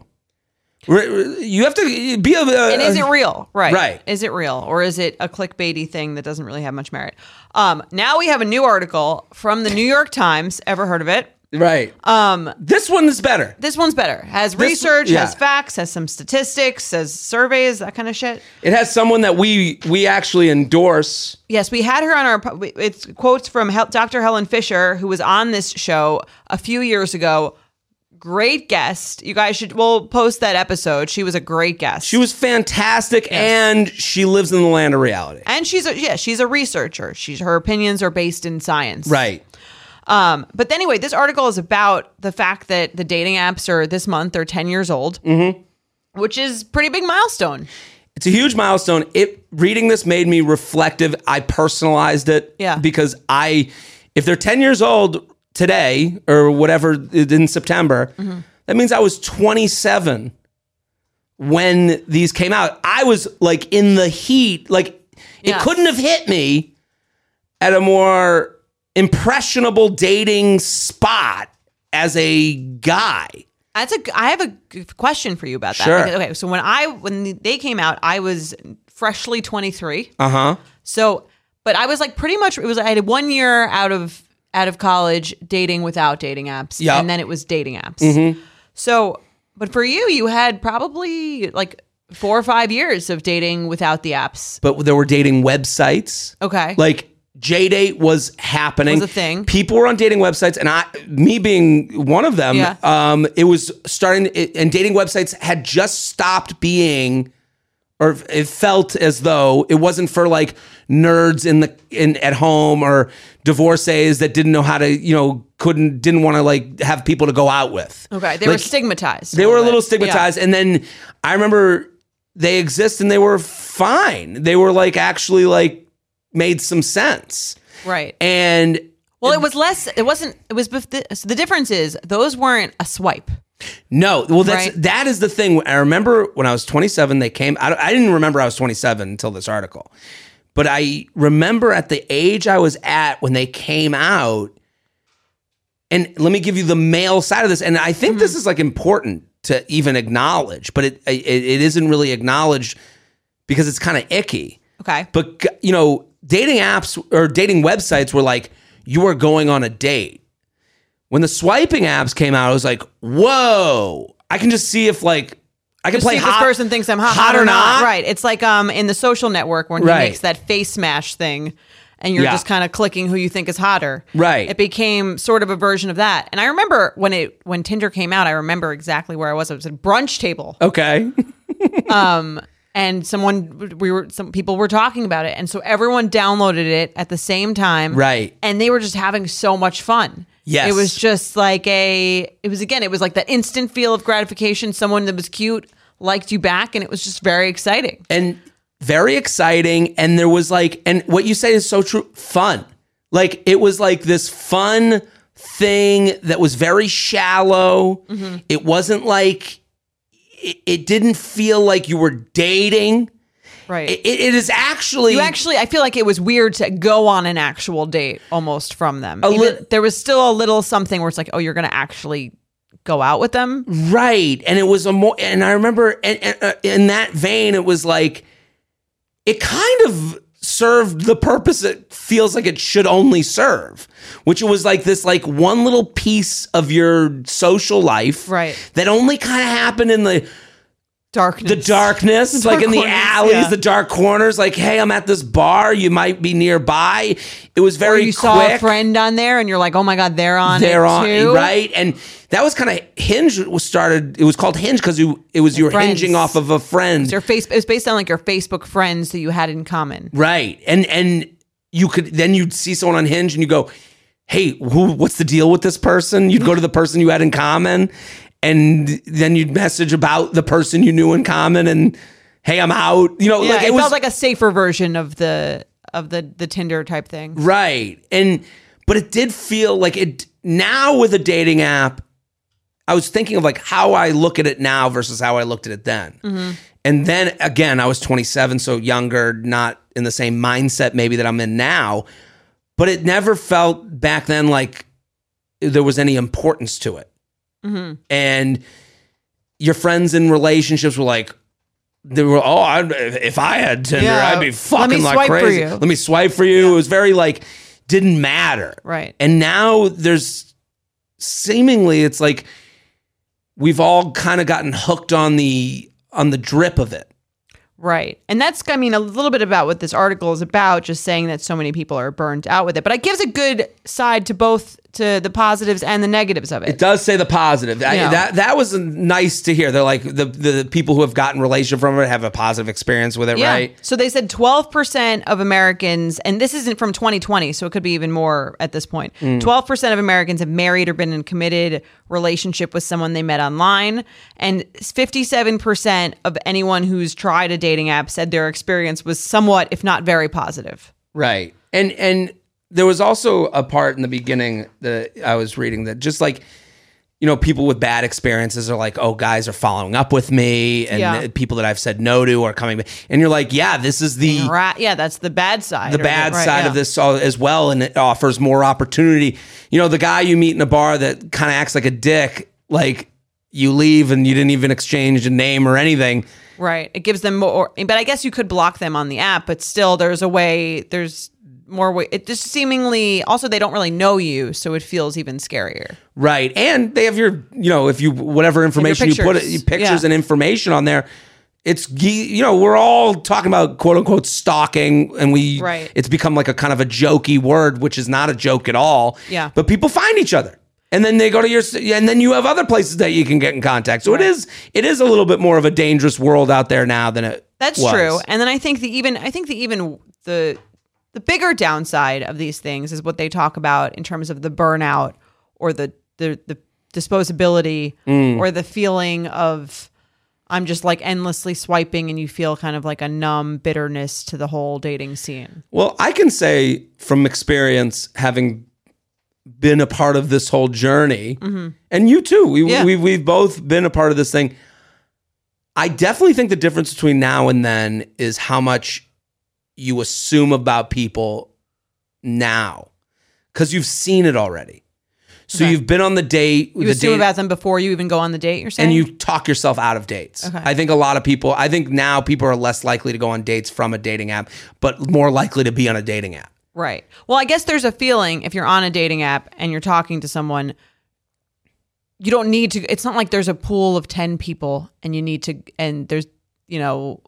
S2: Re- You have to be a. a
S1: And is it real? Right.
S2: Right.
S1: Is it real? Or is it a clickbaity thing that doesn't really have much merit? Um, now we have a new article from the New York Times. Ever heard of it?
S2: Right. Um, this one is better.
S1: This one's better. Has research,
S2: yeah.
S1: has facts, has some statistics, has surveys, that kind of shit.
S2: It has someone that we we actually endorse.
S1: Yes, we had her on our. po- It's quotes from Hel- Dr. Helen Fisher, who was on this show a few years ago. Great guest. You guys should. We'll post that episode. She was a great guest.
S2: She was fantastic, and she lives in the land of reality.
S1: and she's a yeah. She's a researcher. She's her opinions are based in science.
S2: Right.
S1: Um, but anyway, this article is about the fact that the dating apps are this month they're ten years old,
S2: Mm-hmm.
S1: which is pretty big milestone.
S2: it's a huge milestone. It reading this made me reflective. I personalized it.
S1: Yeah.
S2: Because I if they're 10 years old today or whatever in September, that means I was 27 when these came out. I was like in the heat. Like
S1: Yeah.
S2: it couldn't have hit me at a more impressionable dating spot as a guy.
S1: That's a. g- I have a g- question for you about that.
S2: Sure.
S1: Okay, okay, so when I when they came out, I was freshly twenty three.
S2: Uh-huh.
S1: So, but I was like pretty much it was I had one year out of out of college dating without dating apps,
S2: Yeah. Mm-hmm.
S1: and then it was dating apps. So, but for you, you had probably like four or five years of dating without the apps.
S2: But there were dating websites.
S1: Okay,
S2: Like J date was happening.
S1: Was a thing.
S2: People were on dating websites, and I, me being one of them,
S1: Yeah.
S2: um, it was starting. It, and dating websites had just stopped being, or it felt as though it wasn't for like nerds in the in at home or divorcees that didn't know how to, you know, couldn't didn't want to like have people to go out with.
S1: okay, they were
S2: Like,
S1: stigmatized.
S2: they were a little
S1: bit. Yeah.
S2: stigmatized and then i remember they exist and they were fine they were like actually like made some sense
S1: Right.
S2: And
S1: Well, it was less. It wasn't. It was. bef- The, so the difference is those weren't a swipe.
S2: No, well, that's
S1: Right.
S2: that is the thing. I remember when I was 27, they came. I, I didn't remember I was 27 until this article, but I remember at the age I was at when they came out. And let me give you the male side of this, and I think this is like important to even acknowledge, but it it, it isn't really acknowledged because it's kind of icky.
S1: Okay.
S2: But you know, dating apps or dating websites were like you are going on a date. When the swiping apps came out, I was like, "Whoa! I can just see if like I can
S1: Just see
S2: play
S1: if
S2: hot,
S1: this person thinks I'm hot,
S2: hot or not.
S1: Right. It's like um in the social network when
S2: Right.
S1: he makes that face smash thing, and you're
S2: Yeah.
S1: just kind of clicking who you think is hotter.
S2: Right.
S1: It became sort of a version of that. And I remember when it when Tinder came out, I remember exactly where I was. I was at a brunch table.
S2: Okay.
S1: and someone we were some people were talking about it and so everyone downloaded it at the same time
S2: Right.
S1: and they were just having so much fun
S2: Yes.
S1: it was just like a it was again it was like that instant feel of gratification someone that was cute liked you back and it was just very exciting
S2: and very exciting. And there was like, and what you say is so true. Fun. Like it was like this fun thing that was very shallow.
S1: Mm-hmm.
S2: It wasn't like it, it didn't feel like you were dating.
S1: right
S2: It, it is actually
S1: you actually i feel like it was weird to go on an actual date almost from them Even-
S2: lit-
S1: there was still a little something where it's like oh you're gonna actually go out with them
S2: right, and it was a more. And I remember, and, and uh, in that vein, it was like it kind of served the purpose it feels like it should only serve which it was like this like one little piece of your social life
S1: Right.
S2: that only kind of happened in the
S1: darkness
S2: the darkness like in the
S1: corners,
S2: alleys
S1: yeah.
S2: the dark corners like hey i'm at this bar you might be nearby it was
S1: Or
S2: very
S1: you
S2: quick
S1: saw a friend on there and you're like oh my god they're on
S2: they're
S1: it
S2: on
S1: too.
S2: right and that was kind of hinge was started it was called hinge because you it was you were
S1: Friends.
S2: hinging off of a friend
S1: your face it was based on like your facebook friends that you had in common
S2: right and and you could then you'd see someone on hinge and you go hey who what's the deal with this person you'd go to the person you had in common and then you'd message about the person you knew in common and hey i'm out you know
S1: yeah,
S2: like
S1: it,
S2: it, was
S1: felt like a safer version of the of the the tinder type thing
S2: Right. And but it did feel like it now with a dating app, I was thinking of like how I look at it now versus how I looked at it then. And then again, I was 27, so younger, not in the same mindset maybe that I'm in now, but it never felt back then like there was any importance to it.
S1: Mm-hmm.
S2: And your friends in relationships were like, they were, oh, I, if I had Tinder,
S1: Yeah.
S2: I'd
S1: Let
S2: be
S1: me
S2: fucking like
S1: swipe for
S2: crazy.
S1: you.
S2: Let me swipe for you. It was very like, didn't matter.
S1: right
S2: And now there's seemingly it's like we've all kind of gotten hooked on the on the drip of it.
S1: right and that's i mean a little bit about what this article is about just saying that so many people are burnt out with it but it gives a good side to both to the positives and the negatives of it,
S2: It does say the positive. I-
S1: Yeah.
S2: that that was nice to hear. They're like the, the people who have gotten relationship from it have a positive experience with it,
S1: yeah.
S2: right?
S1: So they said 12% of Americans, and this isn't from 2020, so it could be even more at this point.
S2: Mm.
S1: 12% of Americans have married or been in a committed relationship with someone they met online. And 57% of anyone who's tried a dating app said their experience was somewhat, if not very positive.
S2: Right. And and there was also a part in the beginning that I was reading that just like you know, people with bad experiences are like, "Oh, guys are following up with me," and
S1: Yeah.
S2: the people that I've said no to are coming. back. And you're like, "Yeah, this is the
S1: Right. Yeah, that's the bad side.
S2: the
S1: or
S2: bad
S1: right,
S2: side
S1: yeah.
S2: of this all as well, and it offers more opportunity. You know, the guy you meet in a bar that kind of acts like a dick, like you leave and you didn't even exchange a name or anything.
S1: Right. It gives them more, but I guess you could block them on the app, but still there's a way, there's more way. It just seemingly, also, they don't really know you, so it feels even scarier.
S2: Right. And they have your, you know, if you, whatever information you put,
S1: pictures.
S2: your pictures
S1: Yeah.
S2: and information on there. It's, ye- you know, we're all talking about quote unquote stalking and we,
S1: Right.
S2: it's become like a kind of a jokey word, which is not a joke at all.
S1: Yeah.
S2: But people find each other. And then they go to your, and then you have other places that you can get in contact. So it is, it is a little bit more of a dangerous world out there now than it.
S1: That's
S2: was.
S1: true. And then I think the even, I think the even, the, the bigger downside of these things is what they talk about in terms of the burnout
S2: Mm.
S1: or the, the, the disposability or the feeling of, I'm just like endlessly swiping and you feel kind of like a numb bitterness to the whole dating scene.
S2: Well, I can say from experience, having been a part of this whole journey,
S1: Mm-hmm.
S2: and you too, we,
S1: Yeah.
S2: we, we've both been a part of this thing. I definitely think the difference between now and then is how much you assume about people now because you've seen it already. So
S1: Okay.
S2: you've been on the date.
S1: You
S2: the
S1: assume
S2: date-
S1: about them before you even go on the date, you're saying?
S2: and you talk yourself out of dates.
S1: Okay.
S2: I think a lot of people, I think now people are less likely to go on dates from a dating app, but more likely to be on a dating app.
S1: Right. Well, I guess there's a feeling if you're on a dating app and you're talking to someone, you don't need to. It's not like there's a pool of 10 people and you need to, and there's, you know,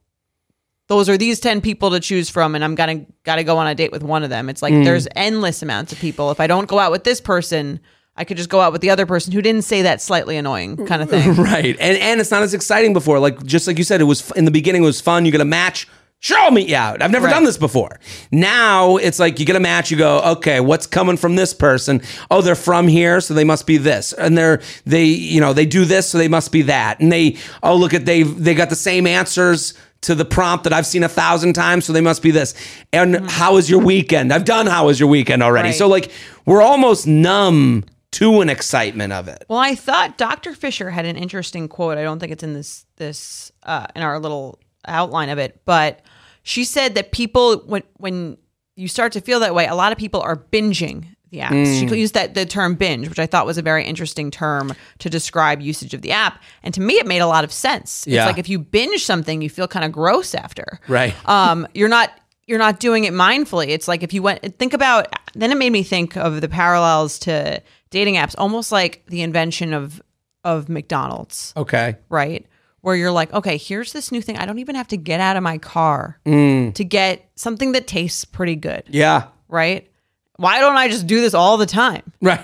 S1: those are these 10 people to choose from and I'm going to, got to go on a date with one of them. It's like there's endless amounts of people. If I don't go out with this person, I could just go out with the other person who didn't say that slightly annoying kind of thing.
S2: Right. And and it's not as exciting before. Like just like you said, it was in the beginning it was fun. You get a match, sure I'll meet you out. I've never
S1: Right.
S2: done this before. Now it's like you get a match, you go, okay, what's coming from this person? Oh, they're from here, so they must be this. And they're they, you know, they do this, so they must be that. And they oh look at they they got the same answers to the prompt that I've seen a thousand times, so they must be this. And how was your weekend? I've done how was your weekend already.
S1: Mm-hmm. Right.
S2: So like we're almost numb to an excitement of it.
S1: Well, I thought Dr. Fisher had an interesting quote. I don't think it's in this this uh, in our little outline of it, but she said that people when when you start to feel that way, a lot of people are binging the apps.
S2: Mm.
S1: She used that the term binge, which I thought was a very interesting term to describe usage of the app. And to me, it made a lot of sense.
S2: Yeah.
S1: It's like if you binge something, you feel kind of gross after
S2: Right.
S1: um, you're not you're not doing it mindfully. It's like if you went think about then it made me think of the parallels to dating apps, almost like the invention of of McDonald's,
S2: Okay.
S1: right? Where you're like, okay, here's this new thing. I don't even have to get out of my car to get something that tastes pretty good,
S2: Yeah.
S1: right? Why don't I just do this all the time?
S2: Right.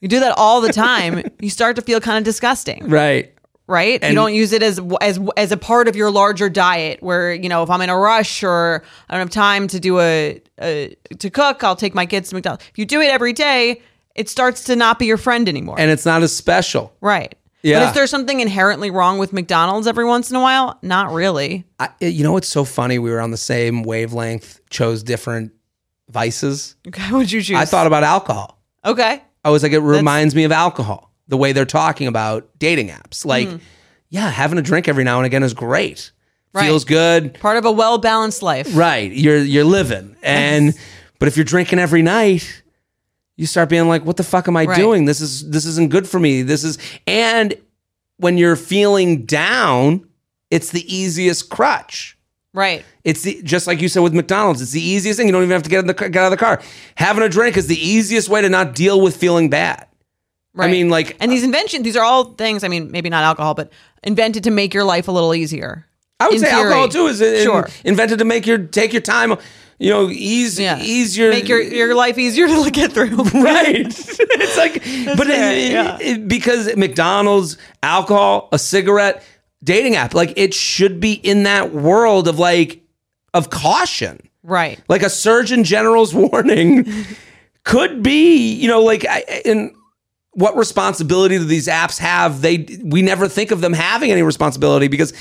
S1: You do that all the time, you start to feel kind of disgusting
S2: Right.
S1: right? you don't use it as as as a part of your larger diet. Where you know, if I'm in a rush or I don't have time to do a, a to cook, I'll take my kids to McDonald's. If you do it every day, it starts to not be your friend anymore,
S2: And it's not as special.
S1: right?
S2: Yeah.
S1: But is there something inherently wrong with McDonald's every once in a while? Not really.
S2: I, you know, it's so funny. We were on the same wavelength, chose different vices.
S1: Okay, would you choose?
S2: I thought about alcohol.
S1: okay,
S2: I was like, it reminds me of alcohol, the way they're talking about dating apps. Like, yeah, having a drink every now and again is great.
S1: Right.
S2: Feels good.
S1: part of a well balanced life.
S2: Right. You're you're living. And but if you're drinking every night, you start being like, what the fuck am I
S1: Right.
S2: doing? This is this isn't good for me. This is and when you're feeling down, it's the easiest crutch.
S1: right.
S2: It's the, just like you said with McDonald's. It's the easiest thing. You don't even have to get in the ca- get out of the car. Having a drink is the easiest way to not deal with feeling bad.
S1: Right.
S2: I mean, like, uh,
S1: And these inventions, these are all things. I mean, maybe not alcohol, but invented to make your life a little easier.
S2: I would
S1: in
S2: say
S1: theory.
S2: alcohol too is in-
S1: Sure.
S2: invented to make your take your time, you know, ease
S1: Yeah.
S2: easier,
S1: Make your your life easier to get through.
S2: Uh, right. it's like, but it-
S1: fair,
S2: it-
S1: yeah.
S2: it- because McDonald's, alcohol, a cigarette, dating app, like it should be in that world of like of caution.
S1: Right.
S2: like a surgeon general's warning could be you know like I, and what responsibility do these apps have they we never think of them having any responsibility because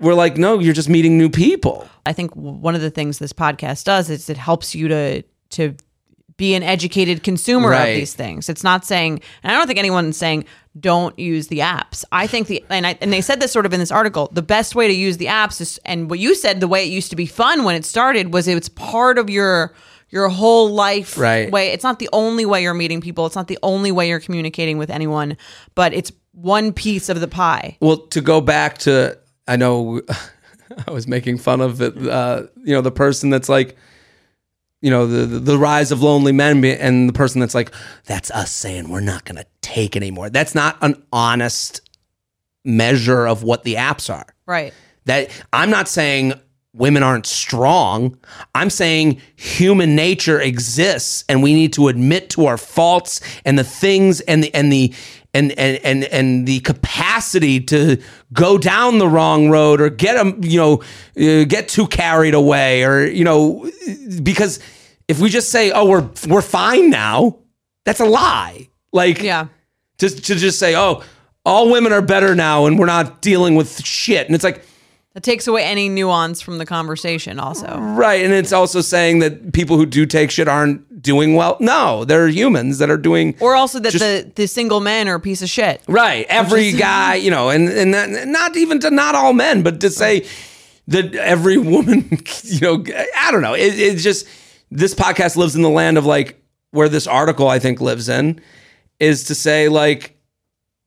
S2: we're like no you're just meeting new people
S1: I think w- one of the things this podcast does is it helps you to to be an educated consumer
S2: Right.
S1: of these things. It's not saying, and I don't think anyone's saying don't use the apps. I think the and I and they said this sort of in this article. The best way to use the apps is, and what you said, the way it used to be fun when it started was it's part of your your whole life
S2: Right.
S1: way. It's not the only way you're meeting people. It's not the only way you're communicating with anyone, but it's one piece of the pie.
S2: well to go back to i know i was making fun of it uh, you know the person that's like you know the, the the rise of lonely men be- and the person that's like that's us saying we're not going to take anymore that's not an honest measure of what the apps are
S1: Right.
S2: that I'm not saying women aren't strong. I'm saying human nature exists and we need to admit to our faults and the things and the and the and and and, and the capacity to go down the wrong road or get um, you know uh, get too carried away or you know because if we just say oh we're we're fine now that's a lie like
S1: Yeah.
S2: to, to just say, oh, all women are better now and we're not dealing with shit. And it's like,
S1: That takes away any nuance from the conversation, also.
S2: right. And it's also saying that people who do take shit aren't doing well. No, there are humans that are doing.
S1: Or also that
S2: Just-
S1: the, the single men are a piece of shit.
S2: Right. Every guy, you know, and and that, not even to not all men, but to say that every woman, you know, I don't know. It, it's just this podcast lives in the land of like where this article I think lives in is to say like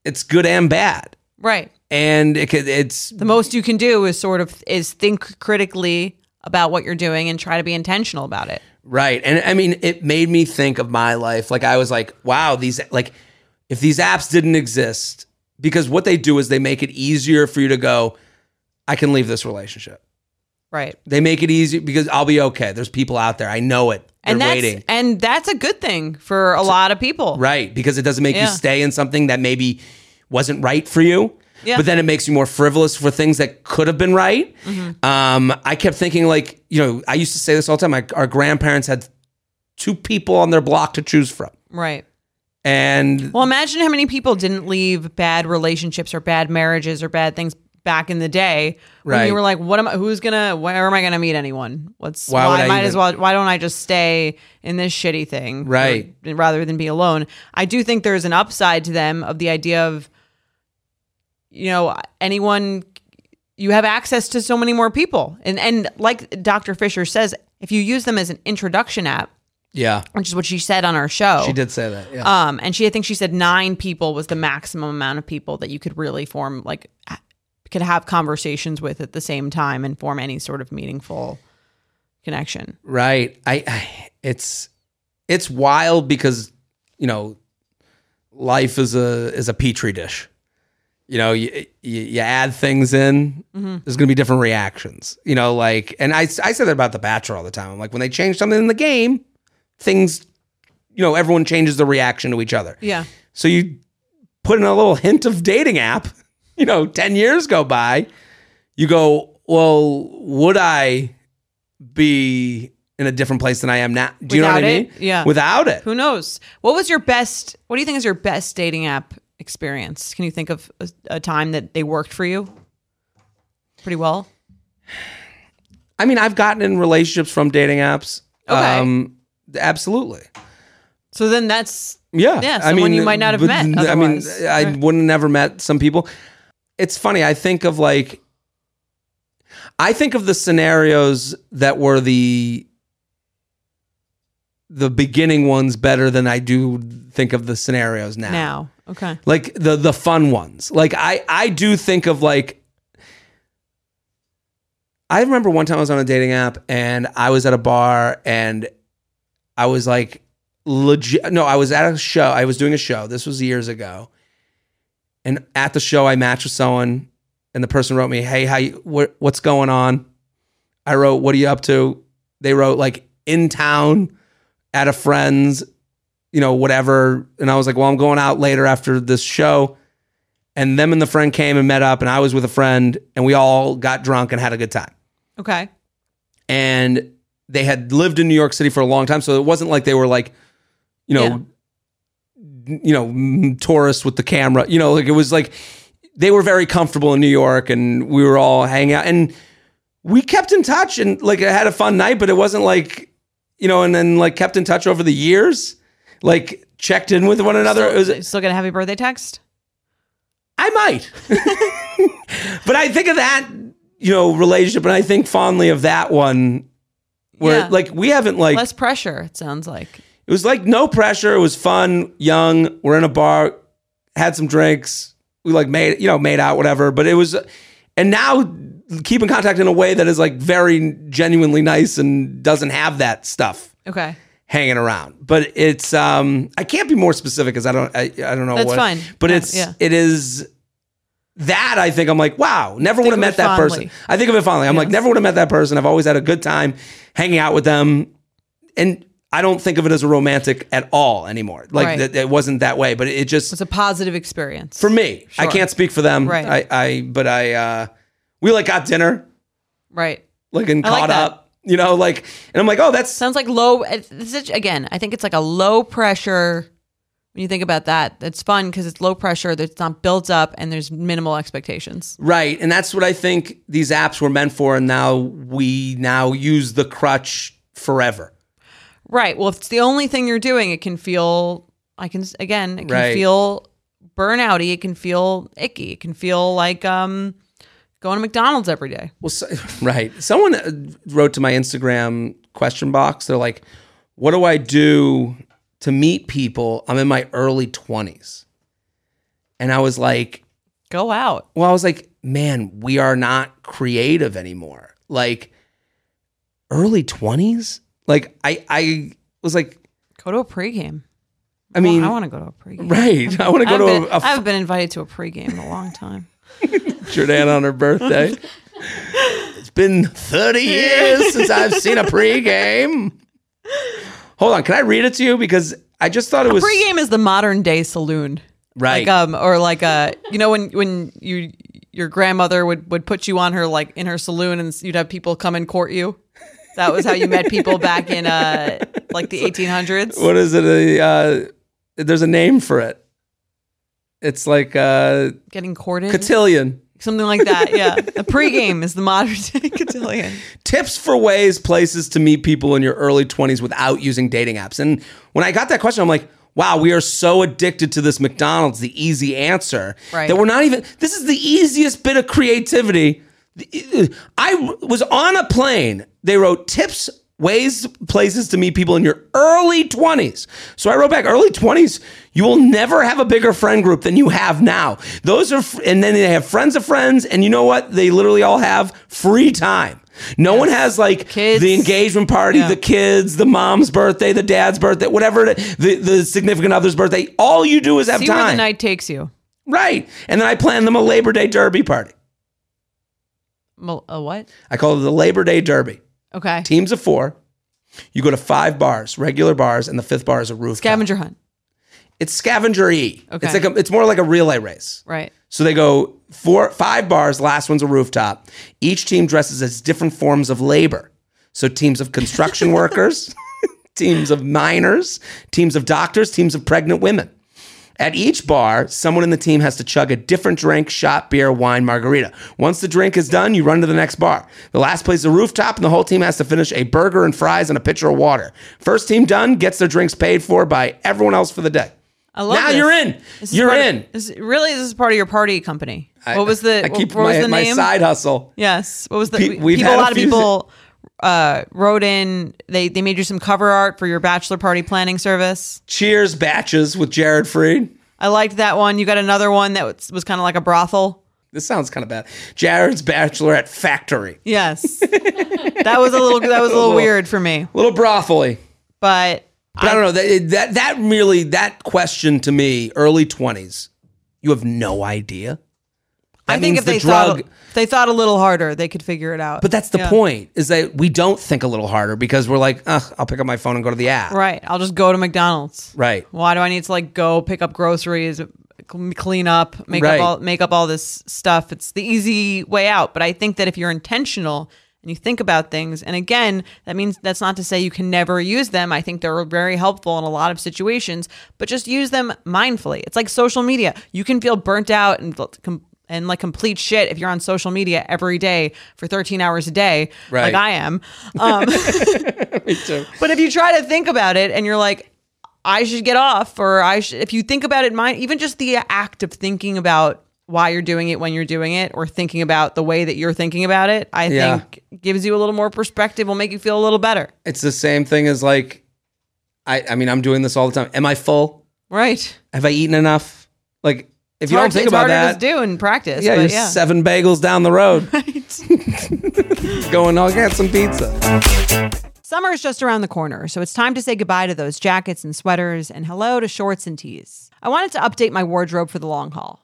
S2: it's good and bad,
S1: Right.
S2: and it could, it's
S1: The most you can do is sort of is think critically about what you're doing and try to be intentional about it.
S2: Right. And I mean, it made me think of my life. Like, I was like, wow, these, like, if these apps didn't exist, because what they do is they make it easier for you to go, I can leave this relationship.
S1: Right.
S2: They make it easy because I'll be okay. There's people out there. I know it. They're
S1: And that's
S2: waiting.
S1: and that's a good thing for a lot of people.
S2: Right. Because it doesn't make you
S1: Yeah.
S2: stay in something that maybe wasn't right for you.
S1: Yeah.
S2: But then it makes you more frivolous for things that could have been right.
S1: Mm-hmm.
S2: Um, I kept thinking, like, you know, I used to say this all the time. My, our grandparents had two people on their block to choose from.
S1: Right.
S2: And
S1: Well, imagine how many people didn't leave bad relationships or bad marriages or bad things back in the day when
S2: Right.
S1: you were like, "What am I? Who's gonna? Where am I gonna meet anyone? What's?
S2: Why
S1: Why?
S2: would I
S1: I might
S2: even-
S1: as well. Why don't I just stay in this shitty thing,
S2: Right.
S1: or- rather than be alone? I do think there's an upside to them of the idea of, you know, anyone. You have access to so many more people, and and like Dr. Fisher says, if you use them as an introduction app,
S2: yeah,
S1: which is what she said on our show,
S2: she did say that. Yeah.
S1: um, and she, I think she said nine people was the maximum amount of people that you could really form, like, ha- could have conversations with at the same time and form any sort of meaningful connection.
S2: right. I, I it's it's wild because you know life is a is a petri dish. You know, you you, you add things in, there's going to be different reactions. You know, like and I I say that about the Bachelor all the time. I'm like when they change something in the game, things you know, everyone changes the reaction to each other.
S1: Yeah.
S2: So you put in a little hint of dating app, you know, 10 years go by, you go, well, would I be in a different place than I am now? Do you know what
S1: Without
S2: I mean?
S1: it? Yeah.
S2: Without it.
S1: Who knows? What was your best, what do you think is your best dating app experience? Can you think of a, a time that they worked for you pretty well?
S2: I mean, I've gotten in relationships from dating apps. Um,
S1: Okay.
S2: absolutely.
S1: So then that's,
S2: Yeah.
S1: Yeah, someone you might not have
S2: but-
S1: met
S2: I mean,
S1: otherwise.
S2: I wouldn't never met some people. It's funny. I think of like, I think of the scenarios that were the the beginning ones better than I do think of the scenarios now.
S1: now. Okay.
S2: Like the the fun ones. Like I I do think of like I remember one time I was on a dating app and I was at a bar and I was like legit no, I was at a show. I was doing a show. This was years ago. And at the show I matched with someone and the person wrote me, "Hey, how you what, what's going on?" I wrote, "What are you up to?" They wrote like in town at a friend's, you know, whatever. And I was like, "Well, I'm going out later after this show." And them and the friend came and met up and I was with a friend and we all got drunk and had a good time
S1: Okay.
S2: and they had lived in New York City for a long time, so it wasn't like they were like, you know, you know, mm, tourists with the camera. You know, like it was like they were very comfortable in New York, and we were all hanging out, and we kept in touch, and like I had a fun night, but it wasn't like, you know, and then like kept in touch over the years, like checked in with one another. it was,
S1: Still, still get a happy birthday text?
S2: I might. but I think of that, you know, relationship, and I think fondly of that one where
S1: Yeah.
S2: like we haven't like
S1: Less pressure, it sounds like.
S2: it was like no pressure. It was fun, young. We're in a bar, had some drinks. We like made you know made out whatever. But it was, and now keep in contact in a way that is like very genuinely nice and doesn't have that stuff
S1: Okay.
S2: hanging around. But it's um I can't be more specific because I don't I, I don't know
S1: That's
S2: what.
S1: fine.
S2: But
S1: Yeah,
S2: it's
S1: yeah.
S2: it is that I think I'm like wow never would have
S1: of
S2: met
S1: it
S2: that person.
S1: fondly.
S2: I think of it fondly. I'm like never would have met that person. I've always had a good time hanging out with them, and I don't think of it as a romantic at all anymore. Like
S1: Right.
S2: that it wasn't that way. But it just
S1: It's a positive experience.
S2: for me I
S1: Sure.
S2: can't speak for them.
S1: Right.
S2: I I but I uh we like got dinner
S1: right.
S2: like and
S1: I like
S2: caught
S1: that.
S2: up. You know, like, and I'm like, oh, that's
S1: uh, Sounds like low. This is, again, I think it's like a low pressure. When you think about that, it's fun because it's low pressure, that's not built up, and there's minimal expectations.
S2: Right. And that's what I think these apps were meant for. And now we now use the crutch forever.
S1: Right. Well, if it's the only thing you're doing, it can feel I can again, it can
S2: Right.
S1: feel burnouty, it can feel icky, it can feel like um going to McDonald's every day.
S2: Well, so, right. Someone uh, wrote to my Instagram question box. They're like, "What do I do to meet people? I'm in my early 20s." And I was like,
S1: Go out.
S2: well, I was like, "Man, we are not creative anymore." Like early 20s? Like I I was like,
S1: Go to a pregame.
S2: I mean,
S1: I want to go to a pregame.
S2: right. I want to
S1: I've
S2: go
S1: been,
S2: to a, a
S1: I've been invited to a pregame in a long time.
S2: Jordana on her birthday. it's been 30 years since I've seen a pregame. Hold on, can I read it to you? Because I just thought it was
S1: pregame is the modern day saloon.
S2: right.
S1: Like um or like a you know when when you your grandmother would would put you on her like in her saloon and you'd have people come and court you. That was how you met people back in uh like the 1800s.
S2: what is it? A, uh, there's a name for it. It's like uh,
S1: Getting courted.
S2: cotillion.
S1: Something like that. Yeah. The pregame is the modern day cotillion.
S2: Tips for ways, places to meet people in your early 20s without using dating apps. And when I got that question, I'm like, wow, we are so addicted to this McDonald's, the easy answer,
S1: Right.
S2: that we're not even, this is the easiest bit of creativity. I was on a plane. They wrote tips, ways, places to meet people in your early 20s. So I wrote back, early 20s, you will never have a bigger friend group than you have now. Those are, f- and then they have friends of friends. And you know what? They literally all have free time. No one has like
S1: Kids.
S2: the engagement party,
S1: Yeah.
S2: the kids, the mom's birthday, the dad's birthday, whatever, it is, the, the significant other's birthday. All you do is have
S1: See
S2: time.
S1: where the night takes you.
S2: right. And then I plan them a Labor Day Derby party.
S1: Mo- A what?
S2: I call it the Labor Day Derby.
S1: Okay.
S2: Teams of four. You go to five bars, regular bars, and the fifth bar is a roof.
S1: Scavenger hunt.
S2: It's scavenger E.
S1: Okay.
S2: It's like a, it's more like a relay race.
S1: Right.
S2: So they go four, five bars. Last one's a rooftop. Each team dresses as different forms of labor. So teams of construction workers, teams of miners, teams of doctors, teams of pregnant women. At each bar, someone in the team has to chug a different drink, shot, beer, wine, margarita. Once the drink is done, you run to the next bar. The last place is a rooftop, and the whole team has to finish a burger and fries and a pitcher of water. First team done gets their drinks paid for by everyone else for the day.
S1: I love
S2: now
S1: this.
S2: you're in.
S1: This is
S2: You're
S1: part of-
S2: in.
S1: this- really, this is part of your party company.
S2: I-
S1: what was the?
S2: I keep
S1: what
S2: my,
S1: was the
S2: my
S1: name?
S2: side hustle.
S1: Yes. What was the?
S2: Pe-
S1: we-
S2: we've
S1: people,
S2: had
S1: a
S2: a
S1: lot of
S2: few-
S1: people uh, wrote in. They they made you some cover art for your bachelor party planning service.
S2: Cheers batches with Jared Freed.
S1: I liked that one. You got another one that was, was kind of like a brothel.
S2: This sounds kind of bad. Jared's Bachelorette Factory.
S1: Yes. that was a little that was a little weird for me,
S2: A little brothely.
S1: but
S2: But I, don't know. That, that that really that question to me, early twenties, you have no idea. That
S1: I think
S2: means
S1: if they thought if they thought a little harder, they could figure it out.
S2: but that's the
S1: Yeah.
S2: point, is that we don't think a little harder because we're like, Ugh, I'll pick up my phone and go to the app.
S1: Right. I'll just go to McDonald's.
S2: Right.
S1: Why do I need to like go pick up groceries, cl- clean up, make
S2: Right.
S1: up all make up all this stuff? It's the easy way out. But I think that if you're intentional and you think about things, and again, that means that's not to say you can never use them. I think they're very helpful in a lot of situations, but just use them mindfully. It's like social media. You can feel burnt out and com- and like complete shit if you're on social media every day for 13 hours a day, like
S2: Right.
S1: I am. Um, but if you try to think about it and you're like, I should get off, or I should, if you think about it, mind, even just the act of thinking about why you're doing it when you're doing it, or thinking about the way that you're thinking about it, I
S2: Yeah.
S1: think gives you a little more perspective, will make you feel a little better.
S2: It's the same thing as like I I mean, I'm doing this all the time. Am I full?
S1: Right. If
S2: Have I eaten enough? Like if you don't think
S1: it's
S2: about
S1: harder to
S2: that,
S1: do in practice.
S2: yeah, you're
S1: but yeah.
S2: seven bagels down the road. going, I'll get some pizza.
S1: Summer is just around the corner, so it's time to say goodbye to those jackets and sweaters and hello to shorts and tees. I wanted to update my wardrobe for the long haul.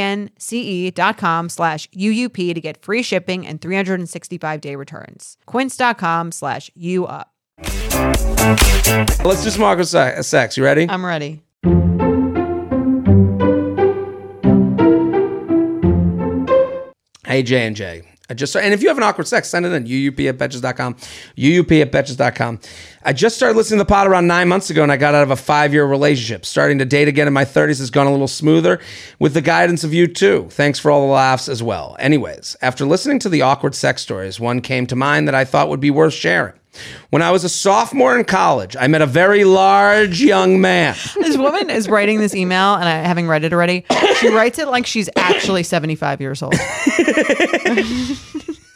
S1: E dot com slash UUP to get free shipping and 365 day returns. Quince.com slash UUP.
S2: Let's just mark a, se- a sex. You ready?
S1: I'm ready.
S2: Hey, J and J. I just and if you have an awkward sex, send it in uup at betches.com, uup at betches.com. I just started listening to the pod around nine months ago, and I got out of a five year relationship. Starting to date again in my thirties has gone a little smoother with the guidance of you too. Thanks for all the laughs as well. Anyways, after listening to the awkward sex stories, one came to mind that I thought would be worth sharing. When I was a sophomore in college, I met a very large young man.
S1: This woman is writing this email, and I having read it already. She writes it like she's actually 75 years old.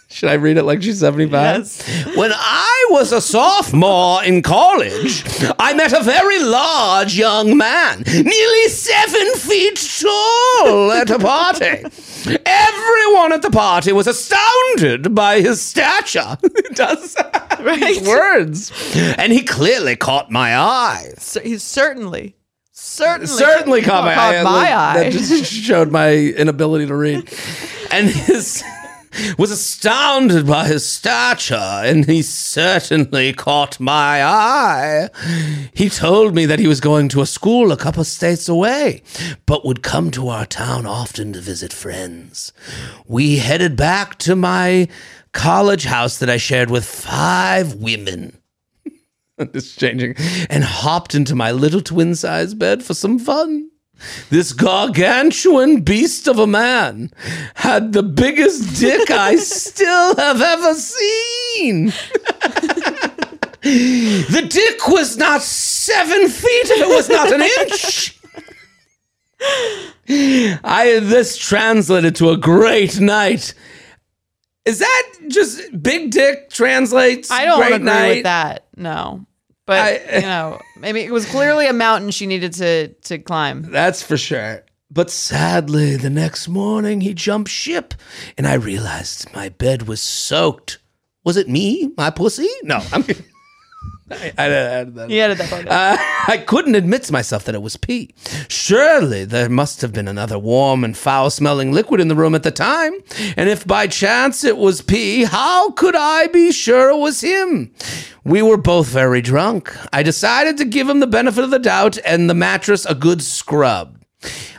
S2: Should I read it like she's 75? When I was a sophomore in college, I met a very large young man, nearly seven feet tall, at a party. Everyone at the party was astounded by his stature. it does right. words. And he clearly caught my eye.
S1: So he's certainly, certainly,
S2: Certainly caught my eye.
S1: my
S2: That-
S1: eye.
S2: That just showed my inability to read. And his was astounded by his stature, and he certainly caught my eye. He told me that he was going to a school a couple states away, but would come to our town often to visit friends. We headed back to my college house that I shared with five women. this is changing. And hopped into my little twin sized bed for some fun. This gargantuan beast of a man had the biggest dick I still have ever seen. the dick was not seven feet, it was not an inch. I this translated to a great night. Is that just big dick translates?
S1: I don't
S2: great
S1: agree
S2: night?
S1: with that. No, but
S2: I-
S1: you know, maybe it was clearly a mountain she needed to to climb.
S2: That's for sure. But sadly, the next morning he jumped ship, and I realized my bed was soaked. Was it me, my pussy? No, I'm. I, I, I, I,
S1: He added that part.
S2: uh, I couldn't admit to myself that it was pee. Surely there must have been another warm and foul smelling liquid in the room at the time. And if by chance it was pee, how could I be sure it was him? We were both very drunk. I decided to give him the benefit of the doubt and the mattress a good scrub.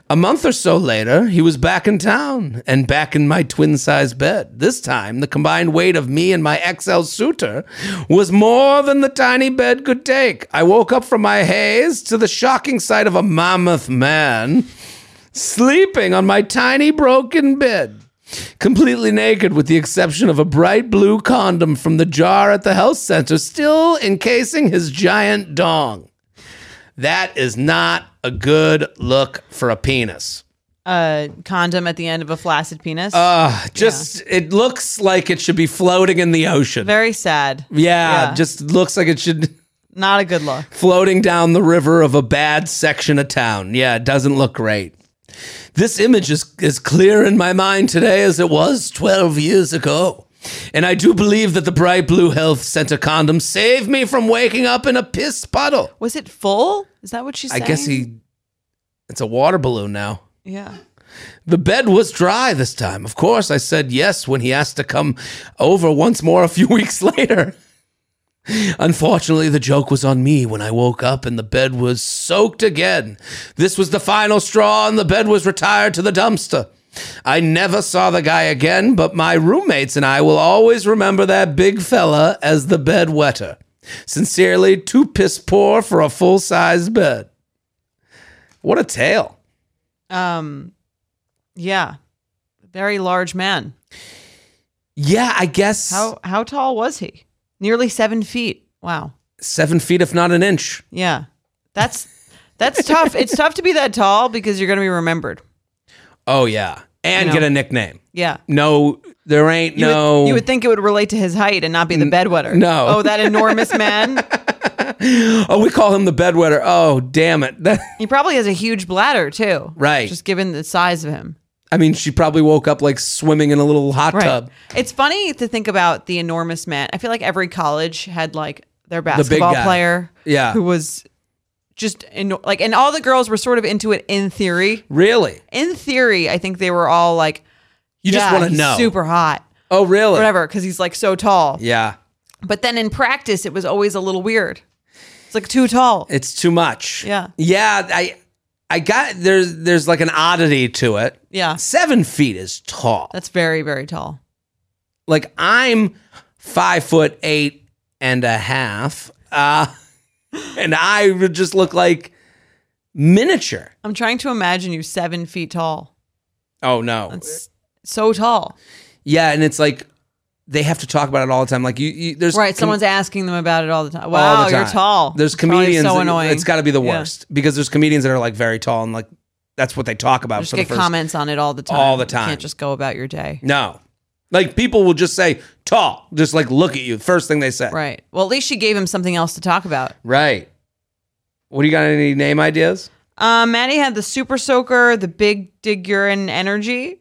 S2: A month or so later, he was back in town and back in my twin sized bed. This time, the combined weight of me and my XL suitor was more than the tiny bed could take. I woke up from my haze to the shocking sight of a mammoth man sleeping on my tiny broken bed. Completely naked, with the exception of a bright blue condom from the jar at the health center, still encasing his giant dong. That is not a good look for a penis.
S1: uh, condom at the end of a flaccid penis.
S2: Uh, just it looks like it should be floating in the ocean.
S1: Very sad.
S2: yeah,
S1: yeah.
S2: just looks like it should
S1: Not a good look.
S2: floating down the river of a bad section of town. Yeah, it doesn't look great. This image is as clear in my mind today as it was 12 years ago. And I do believe that the bright blue health center condom saved me from waking up in a piss puddle.
S1: Was it full? Is that what she's
S2: I
S1: saying?
S2: guess he it's a water balloon now.
S1: Yeah.
S2: The bed was dry this time. Of course, I said yes when he asked to come over once more a few weeks later. Unfortunately, the joke was on me when I woke up and the bed was soaked again. This was the final straw, and the bed was retired to the dumpster. I never saw the guy again, but my roommates and I will always remember that big fella as the bed wetter. Sincerely, too piss poor for a full sized bed. What a tale.
S1: Um, yeah, very large man.
S2: Yeah, I guess
S1: How how tall was he? Nearly seven feet. Wow.
S2: seven feet, if not an inch.
S1: Yeah, that's that's tough. It's tough to be that tall because you're going to be remembered.
S2: Oh, yeah.
S1: You
S2: And
S1: know.
S2: get a nickname.
S1: Yeah.
S2: No, there ain't
S1: You would-
S2: no.
S1: you would think it would relate to his height and not be the bedwetter.
S2: no.
S1: Oh, that enormous man.
S2: Oh, we call him the bedwetter. Oh, damn it.
S1: He probably has a huge bladder too.
S2: Right.
S1: Just given the size of him.
S2: I mean, she probably woke up like swimming in a little hot
S1: Right.
S2: tub.
S1: It's funny to think about the enormous man. I feel like every college had like their basketball
S2: guy.
S1: player.
S2: Yeah.
S1: Who was just eno- like, and all the girls were sort of into it in theory.
S2: Really?
S1: In theory, I think they were all like,
S2: You just
S1: "Yeah,
S2: want to
S1: he's
S2: know.
S1: super hot,
S2: Oh, really?
S1: whatever, because he's like so tall.
S2: Yeah.
S1: But then in practice, it was always a little weird. It's like too tall.
S2: It's too much.
S1: Yeah.
S2: Yeah. I, I got there's there's like an oddity to it.
S1: Yeah.
S2: Seven feet is tall.
S1: That's very, very tall.
S2: like I'm five foot eight and a half, uh, and I would just look like miniature.
S1: I'm trying to imagine you seven feet tall.
S2: Oh no,
S1: That's so tall.
S2: yeah, and it's like they have to talk about it all the time. Like you, you there's
S1: Right.
S2: com-
S1: Someone's asking them about it all the time.
S2: all
S1: Wow,
S2: the time.
S1: you're tall.
S2: There's
S1: It's probably
S2: comedians.
S1: So
S2: that-
S1: annoying.
S2: It's got to be the
S1: Yeah.
S2: worst because there's comedians that are like very tall and like that's what they talk about
S1: Just
S2: for the
S1: get
S2: first.
S1: comments on it all the time.
S2: All the
S1: You
S2: time.
S1: can't just go about your day.
S2: No, like people will just say tall, just like look at you. First thing they say.
S1: Right. Well, at least she gave him something else to talk about.
S2: Right. What do you got? Any name ideas?
S1: Um, Maddie had the super soaker, the big dig urine energy.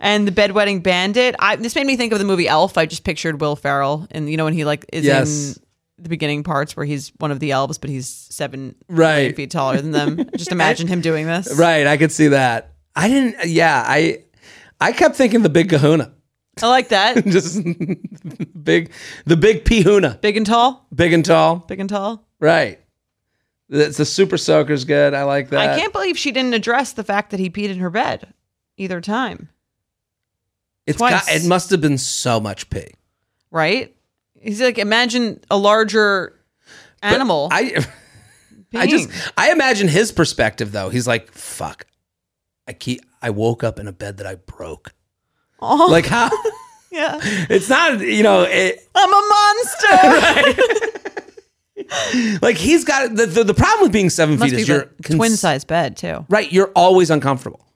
S1: And the bedwetting bandit. I, this made me think of the movie Elf. I just pictured Will Ferrell, and you know when he like is
S2: Yes.
S1: in the beginning parts where he's one of the elves, but he's seven
S2: Right.
S1: feet taller than them. Just imagine him doing this.
S2: Right, I could see that. I didn't. Yeah, I I kept thinking the big Kahuna,
S1: I like that.
S2: just big, the big Pihuna,
S1: Big and tall.
S2: big and tall.
S1: Big and tall.
S2: Right. That's the super soaker's good. I like that.
S1: I can't believe she didn't address the fact that he peed in her bed either time.
S2: It's
S1: twice.
S2: got, it must have been so much pee.
S1: Right? He's like, imagine a larger
S2: But
S1: animal.
S2: I I just
S1: peeing.
S2: I imagine his perspective though. He's like, fuck. I keep. I woke up in a bed that I broke.
S1: oh,
S2: Like how?
S1: yeah.
S2: It's not. You know. It,
S1: I'm a monster.
S2: like he's got the, the the problem with being seven
S1: Must
S2: feet
S1: be
S2: is you're
S1: the twin
S2: cons-
S1: size bed too.
S2: Right. You're always uncomfortable.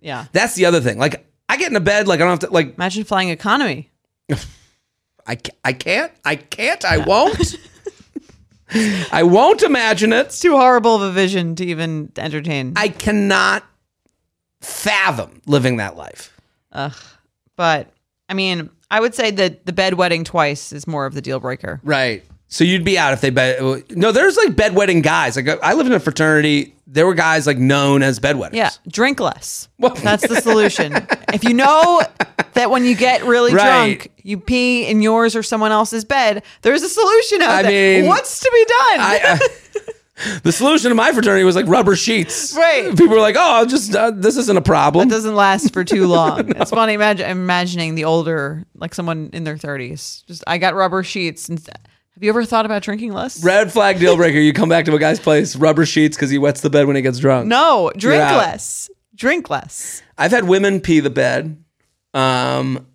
S1: Yeah.
S2: That's the other thing. Like I get into bed, like I don't have to, like
S1: Imagine flying economy.
S2: I, ca- I can't, I can't, I won't. I won't imagine it.
S1: It's too horrible of a vision to even entertain.
S2: I cannot fathom living that life.
S1: Ugh. But I mean, I would say that the bedwetting twice is more of the deal breaker.
S2: Right. So you'd be out if they bed. No, there's like bedwetting guys. Like I lived in a fraternity. There were guys like known as bedwetters.
S1: Yeah, drink less.
S2: Well-
S1: That's the solution. if you know that when you get really
S2: Right.
S1: drunk, you pee in yours or someone else's bed, there's a solution out
S2: I
S1: there.
S2: mean,
S1: What's to be done?
S2: I, I, the solution to my fraternity was like rubber sheets.
S1: Right.
S2: People were like, "Oh, just uh, this isn't a problem."
S1: it doesn't last for too long. It's funny imagine, imagining the older, like someone in their 30s. Just I got rubber sheets. And have you ever thought about drinking less?
S2: Red flag deal breaker. You come back to a guy's place, rubber sheets because he wets the bed when he gets drunk.
S1: no, drink
S2: out.
S1: less. Drink less.
S2: I've had women pee the bed, um,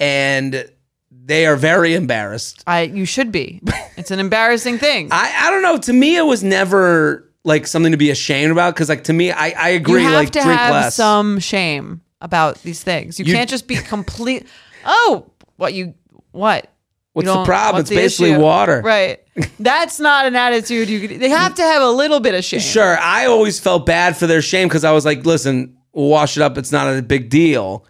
S2: and they are very embarrassed.
S1: I you should be. It's an embarrassing thing.
S2: I, I don't know. To me, it was never like something to be ashamed about because, like, to me, I, I
S1: you
S2: agree.
S1: have
S2: like,
S1: to
S2: drink
S1: have
S2: less.
S1: some shame about these things. You,
S2: You-
S1: can't just be complete. Oh, what you what?
S2: What's
S1: You
S2: the
S1: don't-
S2: problem?
S1: what's
S2: it's basically
S1: issue?
S2: water.
S1: Right. That's not an attitude you could. They have to have a little bit of shame.
S2: Sure. I always felt bad for their shame because I was like, listen, we'll wash it up. It's not a big deal.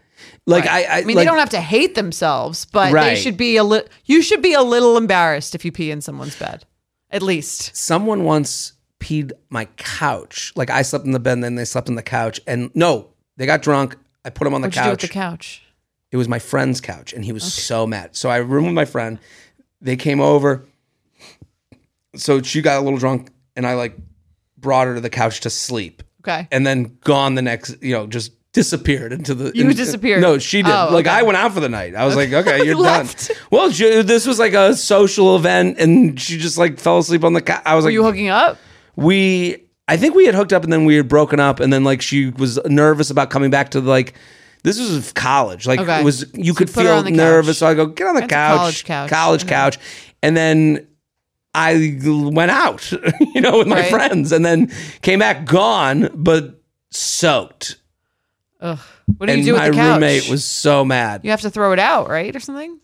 S2: Like, I, I,
S1: I mean,
S2: like,
S1: they don't have to hate themselves, but
S2: Right.
S1: they should be a little. You should be a little embarrassed if you pee in someone's bed, at least.
S2: someone once peed my couch. Like I slept in the bed, and then they slept on the couch. And no, they got drunk. I put them on the
S1: What'd you do
S2: couch.
S1: with the couch?
S2: It was my friend's couch, and he was so mad. So I roomed with my friend. They came over. So she got a little drunk, and I like brought her to the couch to sleep.
S5: Okay.
S2: And then gone the next, you know, just disappeared into the.
S5: You disappeared.
S2: No, she did.
S5: Oh,
S2: like
S5: okay.
S2: I went out for the night. I was like, okay, you're done.
S5: Left.
S2: Well, she, this was like a social event, and she just like fell asleep on the couch. I was
S5: Were
S2: like,
S5: you hooking up?
S2: we I think we had hooked up and then we had broken up and then like she was nervous about coming back to like this was college like
S5: Okay.
S2: it was you could
S5: put her
S2: feel
S5: on the
S2: nervous
S5: couch.
S2: so I go get on the
S5: That's a
S2: couch
S5: college couch.
S2: college couch and then I went out you know with my
S5: Right.
S2: friends and then came back gone but soaked
S5: Ugh. What do
S2: and
S5: you do with
S2: my
S5: the couch?
S2: roommate was so mad
S5: You have to throw it out, right, or something?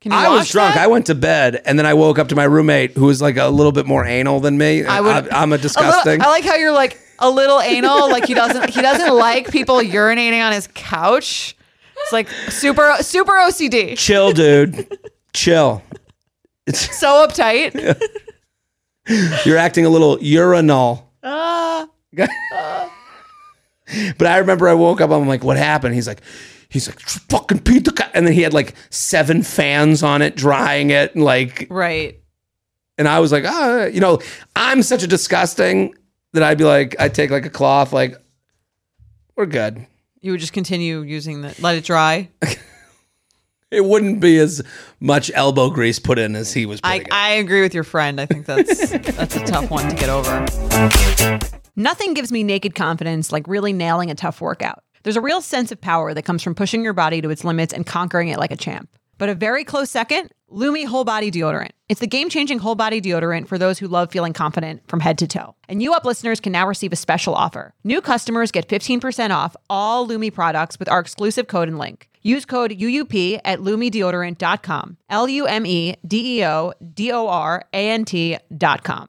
S5: Can you
S2: I was
S5: wash
S2: drunk.
S5: that?
S2: I went to bed, and then I woke up to my roommate, who was like a little bit more anal than me. I
S5: would-
S2: I, am a
S5: A little-
S2: disgusting.
S5: I like how you're like a little anal. Like he doesn't he doesn't like people urinating on his couch. It's like super super OCD.
S2: chill, dude. chill. It's,
S5: So uptight.
S2: you're acting a little urinal.
S5: Ah.
S2: But I remember I woke up. I'm like, what happened? He's like, he's like, fucking Pete the cat. And then he had like seven fans on it, drying it, and like,
S5: right.
S2: and I was like, ah, you know, I'm such a disgusting that I'd be like, I would take like a cloth, like, we're good.
S5: You would just continue using the let it dry.
S2: It wouldn't be as much elbow grease put in as he was.
S5: I,
S2: Putting it.
S5: I agree with your friend. I think that's that's a tough one to get over.
S1: Nothing gives me naked confidence like really nailing a tough workout. There's a real sense of power that comes from pushing your body to its limits and conquering it like a champ. But a very close second, Lumi Whole Body Deodorant. It's the game changing whole body deodorant for those who love feeling confident from head to toe. And you up listeners can now receive a special offer. New customers get 15% off all Lumi products with our exclusive code and link. Use code UUP at lumideodorant.com. L U M E D E O D O R A N T.com.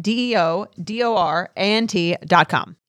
S1: D E O D O R A N T.com.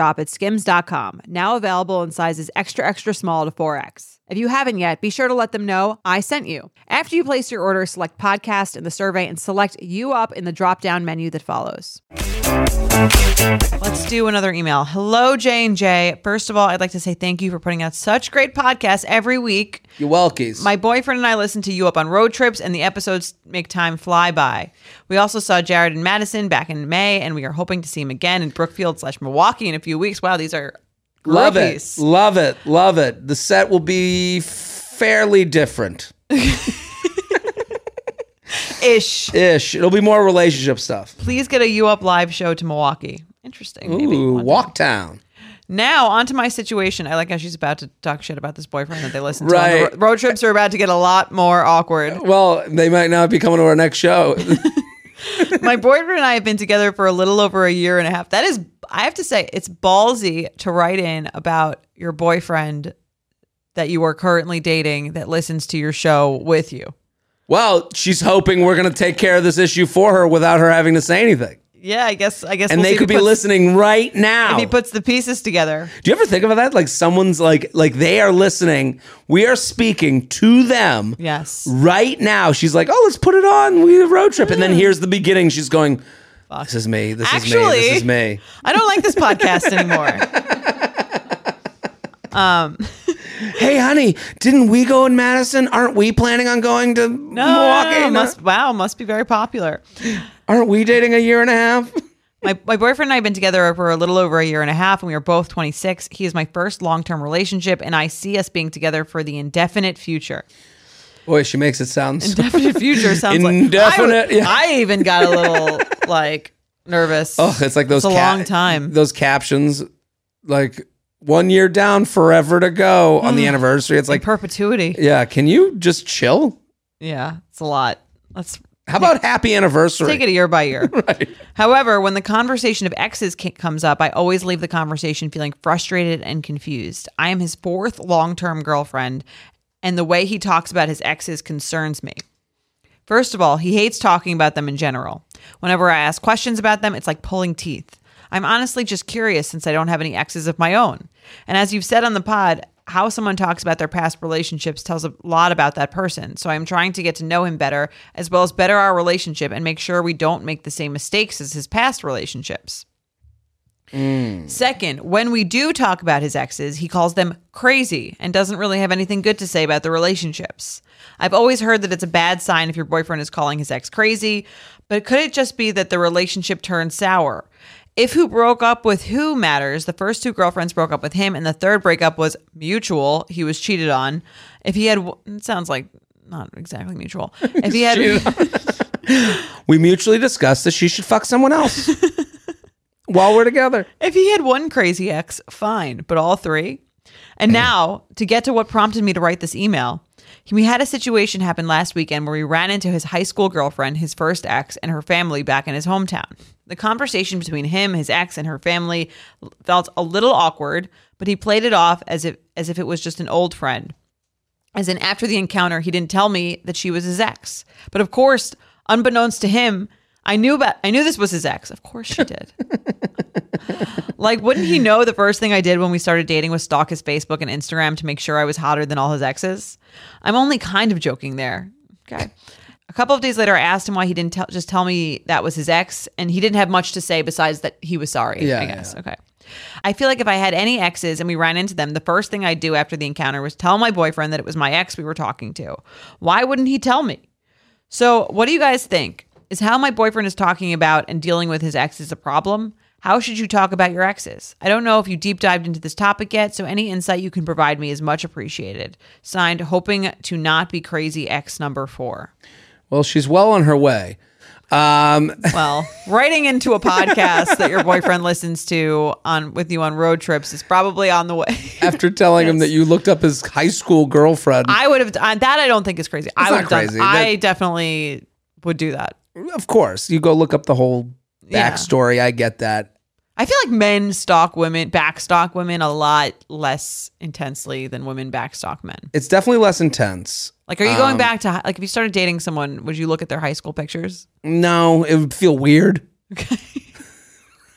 S1: at skims.com, now available in sizes extra, extra small to 4X. If you haven't yet, be sure to let them know I sent you. After you place your order, select podcast in the survey and select you up in the drop down menu that follows.
S5: Let's do another email. Hello, J and J. First of all, I'd like to say thank you for putting out such great podcasts every week.
S2: you welkies.
S5: My boyfriend and I listen to you up on road trips, and the episodes make time fly by. We also saw Jared and Madison back in May, and we are hoping to see him again in Brookfield slash Milwaukee in a few weeks. Wow, these are
S2: Love
S5: groupies.
S2: it. Love it. Love it. The set will be fairly different
S5: ish.
S2: ish. It'll be more relationship stuff.
S5: Please get a U Up live show to Milwaukee. Interesting. Maybe
S2: Ooh,
S5: one
S2: walk town.
S5: day.
S1: Now onto my situation. I like how she's about to talk shit about this boyfriend that they listen to. on the
S2: Right.
S1: ro- road trips are about to get a lot more awkward.
S2: Well, they might not be coming to our next show.
S1: My boyfriend and I have been together for a little over a year and a half. That is, I have to say, it's ballsy to write in about your boyfriend that you are currently dating that listens to your show with you.
S2: well, she's hoping we're going to take care of this issue for her without her having to say anything.
S1: Yeah, I guess. I guess.
S2: And
S1: we'll see
S2: they
S1: if
S2: could
S1: he
S2: be
S1: puts-
S2: listening right now.
S1: If he puts the pieces together.
S2: Do you ever think about that? Like someone's like like they are listening. We are speaking to them.
S1: Yes.
S2: Right now, she's like, "Oh, let's put it on. We road trip." And then here's the beginning. She's going, "This is me. This
S1: Hmm. Actually,
S2: is me. This is me."
S1: I don't like this podcast anymore.
S2: Hey, honey, didn't we go in Madison? Aren't we planning on going
S1: No,
S2: to Milwaukee?
S1: no, no, Oh, must wow, must be very popular.
S2: Aren't we dating a year and a half?
S1: My, my boyfriend and I have been together for a little over a year and a half, and we are both 26. He is my first long term relationship, and I see us being together for the indefinite future.
S2: Boy, she makes it sound. so-
S1: Indefinite future sounds like.
S2: Indefinite,
S1: I,
S2: yeah.
S1: I even got a little like nervous.
S2: Oh, it's like those
S1: It's a
S2: ca-
S1: long time.
S2: Those captions, like one year down, forever to go on
S1: Mm.
S2: the anniversary. It's like,
S1: perpetuity.
S2: yeah, can you just chill?
S1: Yeah, it's a lot. Let's
S2: How about happy anniversary?
S1: Take it year by year. However, when the conversation of exes ki- comes up, I always leave the conversation feeling frustrated and confused. I am his fourth long term girlfriend, and the way he talks about his exes concerns me. First of all, he hates talking about them in general. Whenever I ask questions about them, it's like pulling teeth. I'm honestly just curious since I don't have any exes of my own. And as you've said on the pod, how someone talks about their past relationships tells a lot about that person. So I'm trying to get to know him better, as well as better our relationship and make sure we don't make the same mistakes as his past relationships. Second, when we do talk about his exes, he calls them crazy and doesn't really have anything good to say about the relationships. I've always heard that it's a bad sign if your boyfriend is calling his ex crazy, but could it just be that the relationship turned sour? If who broke up with who matters, the first two girlfriends broke up with him, and the third breakup was mutual. He was cheated on. If he had, it sounds like not exactly mutual. If he had,
S2: we mutually discussed that she should fuck someone else while we're together.
S1: If he had one crazy ex, fine, but all three? And now, to get to what prompted me to write this email, we had a situation happen last weekend where we ran into his high school girlfriend, his first ex, and her family back in his hometown. The conversation between him, his ex, and her family felt a little awkward, but he played it off as if as if it was just an old friend. As in, after the encounter, he didn't tell me that she was his ex. But of course, unbeknownst to him, I knew about I knew this was his ex. Of course she did. Like, wouldn't he know the first thing I did when we started dating was stalk his Facebook and Instagram to make sure I was hotter than all his exes? I'm only kind of joking there. Okay. A couple of days later, I asked him why he didn't tell, just tell me that was his ex, and he didn't have much to say besides that he was sorry,
S2: Yeah,
S1: I guess. Okay. I feel like if I had any exes and we ran into them, the first thing I'd do after the encounter was tell my boyfriend that it was my ex we were talking to. Why wouldn't he tell me? So, what do you guys think? Is how my boyfriend is talking about and dealing with his exes a problem? How should you talk about your exes? I don't know if you deep dived into this topic yet, so any insight you can provide me is much appreciated. Signed, hoping to not be crazy ex number four.
S2: Well, she's well on her way. Um,
S1: Well, writing into a podcast that your boyfriend listens to on with you on road trips is probably on the way.
S2: after telling him that you looked up his high school girlfriend,
S1: I would have uh, that. I don't think is crazy. I
S2: not
S1: would have done.
S2: crazy.
S1: I
S2: That-
S1: definitely would do that.
S2: of course, you go look up the whole
S1: Yeah.
S2: backstory. I get that.
S1: I feel like men stalk women, back stalk women a lot less intensely than women back stalk men.
S2: It's definitely less intense.
S1: Like, are you
S2: Um,
S1: going back to hi- like if you started dating someone, would you look at their high school pictures?
S2: No, it would feel weird.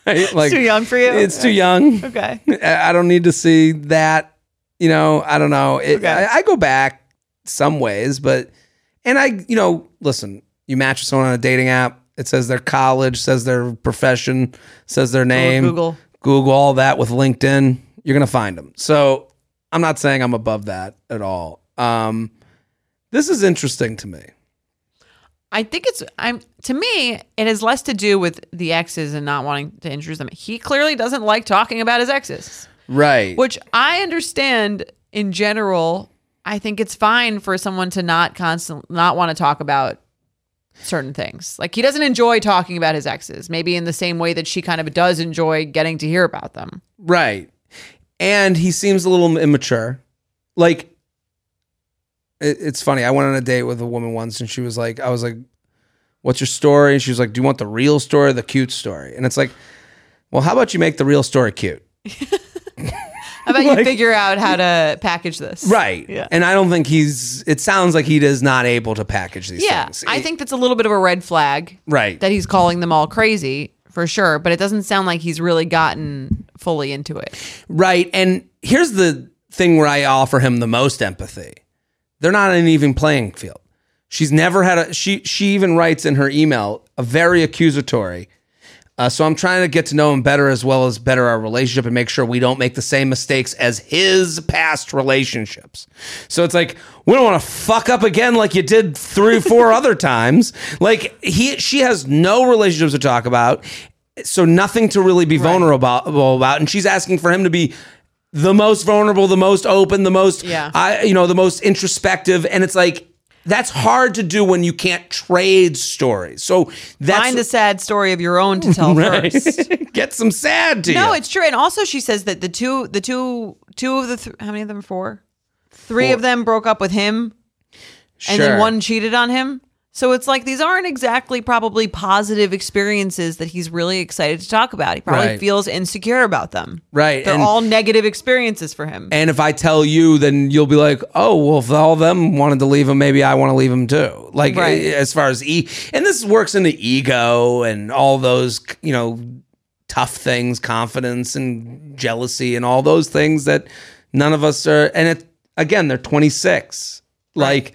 S2: Okay. like
S1: Too young for you.
S2: It's too young.
S1: okay.
S2: I I don't need to see that. You know, I don't know. It, I, I go back some ways, but and I, you know, listen. You match with someone on a dating app. It says their college, says their profession, says their name.
S1: Google.
S2: Google all that with LinkedIn. You're gonna find them. So I'm not saying I'm above that at all. Um, this is interesting to me.
S1: I think it's I'm to me it has less to do with the exes and not wanting to introduce them. He clearly doesn't like talking about his exes.
S2: Right.
S1: Which I understand in general. I think it's fine for someone to not constant not want to talk about certain things. Like he doesn't enjoy talking about his exes, maybe in the same way that she kind of does enjoy getting to hear about them.
S2: Right. and he seems a little immature. Like, it- it's funny. I went on a date with a woman once, and she was like, "I was like, what's your story?" And she was like, "Do you want the real story, or the cute story?" And it's like, well, how about you make the real story cute?
S1: How about you figure out how to package this?
S2: Right. And I don't think he's. It sounds like he is not able to package these
S1: Yeah.
S2: things.
S1: I
S2: He-
S1: think that's a little bit of a red flag
S2: Right.
S1: that he's calling them all crazy for sure, but it doesn't sound like he's really gotten fully into it.
S2: right. And here's the thing where I offer him the most empathy. They're not on an even playing field. She's never had a. She she even writes in her email a very accusatory. Uh, so I'm trying to get to know him better as well as better our relationship and make sure we don't make the same mistakes as his past relationships. So it's like we don't want to fuck up again like you did three or four other times. Like he she has no relationships to talk about. So nothing to really be vulnerable about and she's asking for him to be the most vulnerable, the most open, the most
S1: Yeah.
S2: I you know, the most introspective and it's like that's hard to do when you can't trade stories. So that's
S1: Find a sad story of your own to tell first.
S2: Get some sad to
S1: No,
S2: you.
S1: it's true. And also, she says that the two, the two, two of the th- how many of them? Four, three of them broke up with him, and
S2: Sure.
S1: then one cheated on him. So it's like these aren't exactly probably positive experiences that he's really excited to talk about. He probably
S2: Right.
S1: feels insecure about them.
S2: Right,
S1: They're
S2: and-
S1: all negative experiences for him.
S2: And if I tell you, then you'll be like, oh, well, if all of them wanted to leave him, maybe I want to leave him too. Like,
S1: Right.
S2: eh, as far as E, and this works into ego and all those, you know, tough things, confidence and jealousy and all those things that none of us are. And it, again, they're 26. Like,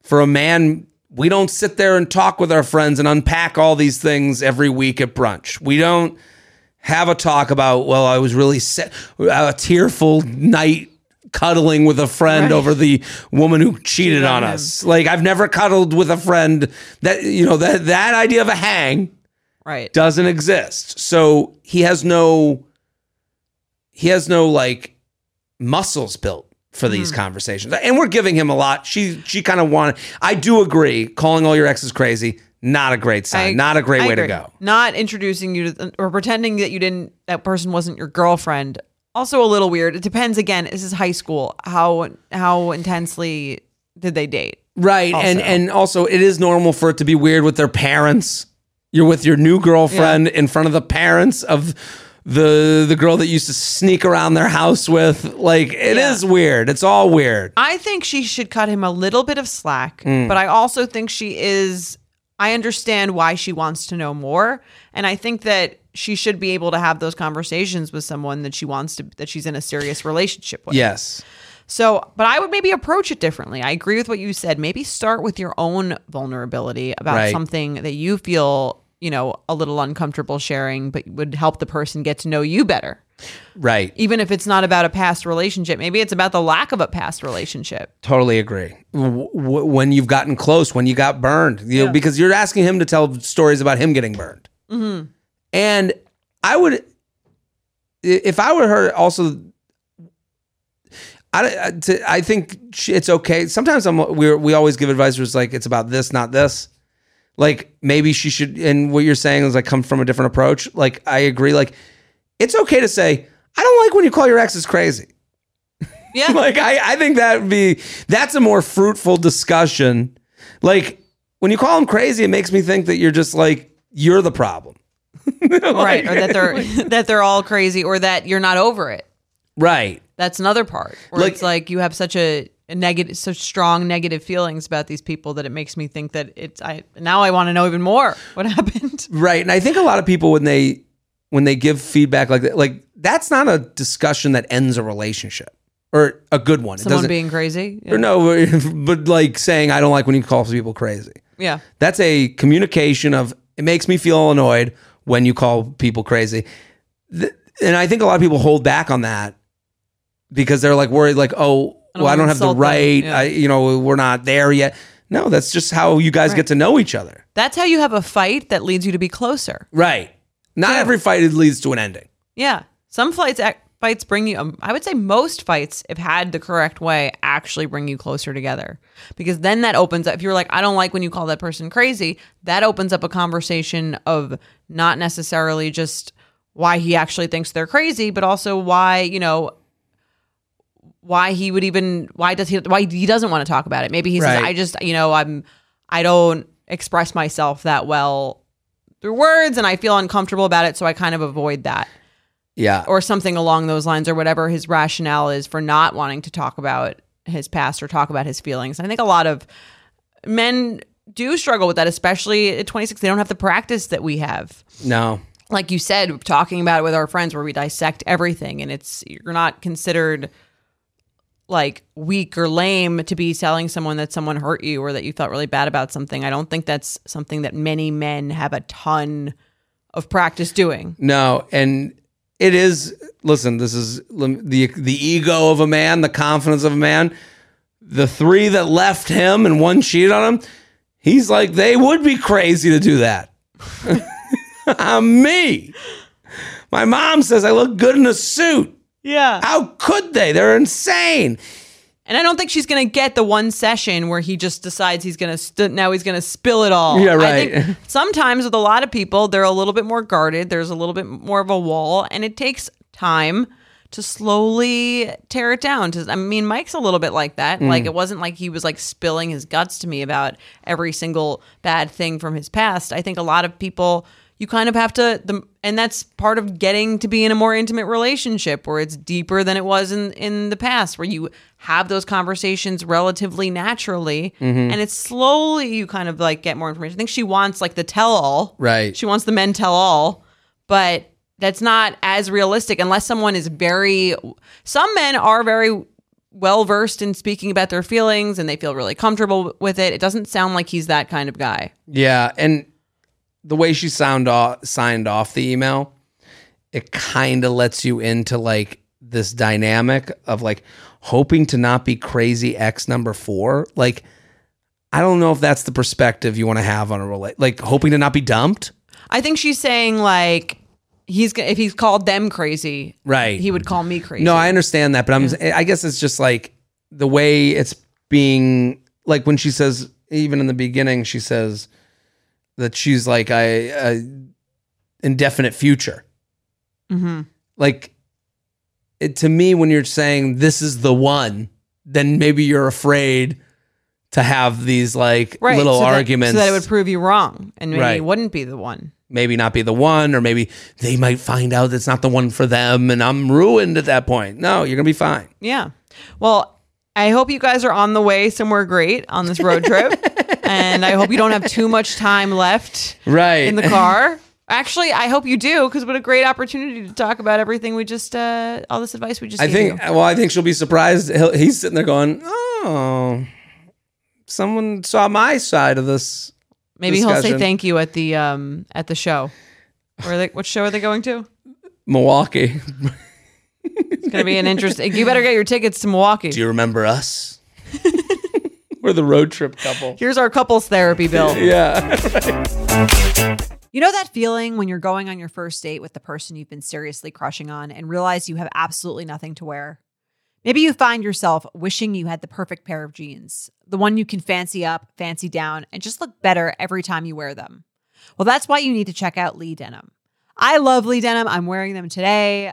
S2: for a man, we don't sit there and talk with our friends and unpack all these things every week at brunch. We don't have a talk about well i was really se- a tearful night cuddling with a friend over the woman who cheated, on, us like i've never cuddled with a friend that you know that that idea of a hang
S1: right.
S2: doesn't exist so he has no he has no like muscles built for these conversations and we're giving him a lot she she kind of wanted i do agree calling all your exes crazy not a great sign
S1: I-
S2: uh, not a great
S1: I
S2: way to
S1: agree.
S2: go
S1: Not introducing you to th- or pretending that you didn't that person wasn't your girlfriend. Also a little weird. It depends again, this is high school. How how intensely did they date?
S2: right and and also it is normal for it to be weird with their parents you're with your new girlfriend in front of the parents of the the girl that used to sneak around their house with like it is weird it's all weird
S1: I think she should cut him a little bit of slack, but I also think she is I understand why she wants to know more, and I think that she should be able to have those conversations with someone that she wants to that she's in a serious relationship with.
S2: yes
S1: So, but I would maybe approach it differently. I agree with what you said. Maybe start with your own vulnerability about
S2: Right.
S1: something that you feel, you know, a little uncomfortable sharing, but would help the person get to know you better.
S2: right
S1: Even if it's not about a past relationship, maybe it's about the lack of a past relationship.
S2: totally agree w- w- when you've gotten close when you got burned you know, because you're asking him to tell stories about him getting burned and i would i- if i were her also I, I- to, I think she- it's okay. Sometimes I'm we we always give advice where it's like it's about this, not this. Like maybe she should. And what you're saying is like come from a different approach. Like I agree. Like it's okay to say I don't like when you call your exes crazy.
S1: Yeah.
S2: like I I think that would be that's a more fruitful discussion. Like when you call them crazy, it makes me think that you're just like you're the problem.
S1: right, or that they're that they're all crazy or that you're not over it.
S2: Right.
S1: That's another part. Where
S2: Like-
S1: it's like you have such a, a negative such strong negative feelings about these people that it makes me think that it's I now I want to know even more what happened.
S2: Right. And I think a lot of people when they when they give feedback like that, like that's not a discussion that ends a relationship or a good one. it
S1: Someone
S2: doesn't
S1: being crazy. Yeah.
S2: or no, but like saying I don't like when you call people crazy.
S1: Yeah.
S2: That's a communication of it makes me feel annoyed when you call people crazy. Th- And I think a lot of people hold back on that because they're like worried like, "Oh,
S1: don't
S2: well I
S1: wanna
S2: don't have the
S1: insult them.
S2: right.
S1: Yeah.
S2: I you know, we're not there yet." No, that's just how you guys get to know each other.
S1: That's how you have a fight that leads you to be closer.
S2: Right. Not every fight leads to an ending.
S1: Yeah. Some fights ac- fights bring you um, I would say most fights if had the correct way actually bring you closer together. Because then that opens up if you're like I don't like when you call that person crazy, that opens up a conversation of not necessarily just why he actually thinks they're crazy, but also why, you know, why he would even why does he why he doesn't want to talk about it. Maybe he says,
S2: Right.
S1: I just you know, I'm I don't express myself that well through words and I feel uncomfortable about it, so I kind of avoid that.
S2: Yeah.
S1: Or something along those lines or whatever his rationale is for not wanting to talk about his past or talk about his feelings. I think a lot of men do struggle with that, especially at 26. They don't have the practice that we have
S2: No.
S1: like you said, talking about it with our friends where we dissect everything and it's you're not considered like weak or lame to be telling someone that someone hurt you or that you felt really bad about something. I don't think that's something that many men have a ton of practice doing.
S2: No, and it is. Listen, this is lem- the the ego of a man, the confidence of a man. The three that left him and one cheated on him. He's like they would be crazy to do that. I'm me. My mom says I look good in a suit.
S1: Yeah.
S2: How could they? They're insane.
S1: And I don't think she's going to get the one session where he just decides he's going to st- now he's going to spill it all.
S2: Yeah,
S1: I
S2: right.
S1: think sometimes with a lot of people, they're a little bit more guarded. There's a little bit more of a wall, and it takes time to slowly tear it down. To- I mean, Mike's a little bit like that.
S2: Mm.
S1: Like it wasn't like he was like spilling his guts to me about every single bad thing from his past. I think a lot of people you kind of have to the and that's part of getting to be in a more intimate relationship where it's deeper than it was in in the past where you have those conversations relatively naturally and it's slowly you kind of like get more information i think she wants like the tell all
S2: Right.
S1: she wants the men tell all but that's not as realistic unless someone is very some men are very well versed in speaking about their feelings and they feel really comfortable with it it doesn't sound like he's that kind of guy
S2: Yeah, and the way she sound off, signed off the email, it kind of lets you into like this dynamic of like hoping to not be crazy X number four. Like, I don't know if that's the perspective you want to have on a relate. Like hoping to not be dumped.
S1: I think she's saying like he's go- if he's called them crazy,
S2: Right.
S1: He would call me crazy.
S2: No, I understand that, but I'm. I guess it's just like the way it's being. Like when she says, even in the beginning, she says that she's like I, a indefinite future.
S1: Mhm.
S2: Like it to me, when you're saying this is the one, then maybe you're afraid to have these like
S1: right so
S2: little
S1: that-
S2: arguments.
S1: so that it would prove you wrong and maybe
S2: Right.
S1: he wouldn't be the one.
S2: maybe not be the one, or maybe they might find out it's not the one for them, and I'm ruined at that point. No, you're gonna be fine.
S1: Yeah. Well, I hope you guys are on the way somewhere great on this road trip, and I hope you don't have too much time left
S2: Right
S1: in the car. Actually, I hope you do because what a great opportunity to talk about everything we just uh, all this advice we just.
S2: I
S1: gave
S2: think.
S1: you.
S2: Well, I think she'll be surprised. He'll, he's sitting there going, "Oh, someone saw my side of this."
S1: maybe he'll say
S2: discussion.
S1: thank you at the um at the show. Where are they, what show are they going to?
S2: Milwaukee.
S1: It's gonna be an interesting. You better get your tickets to Milwaukee.
S2: Do you remember us? We're the road trip couple.
S1: Here's our couples therapy bill.
S2: Yeah.
S4: You know that feeling when you're going on your first date with the person you've been seriously crushing on and realize you have absolutely nothing to wear? Maybe you find yourself wishing you had the perfect pair of jeans, the one you can fancy up, fancy down, and just look better every time you wear them. Well, that's why you need to check out Lee Denim. I love Lee Denim. I'm wearing them today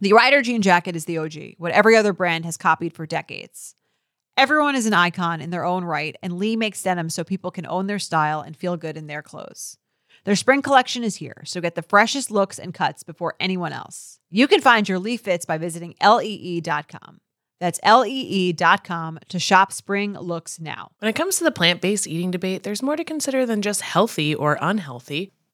S4: The Rider jean jacket is the OG, what every other brand has copied for decades. Everyone is an icon in their own right, and Lee makes denim so people can own their style and feel good in their clothes. Their spring collection is here, so get the freshest looks and cuts before anyone else. You can find your Lee fits by visiting E lee.com. That's E lee.com to shop spring looks now.
S6: When it comes to the plant based eating debate, there's more to consider than just healthy or unhealthy.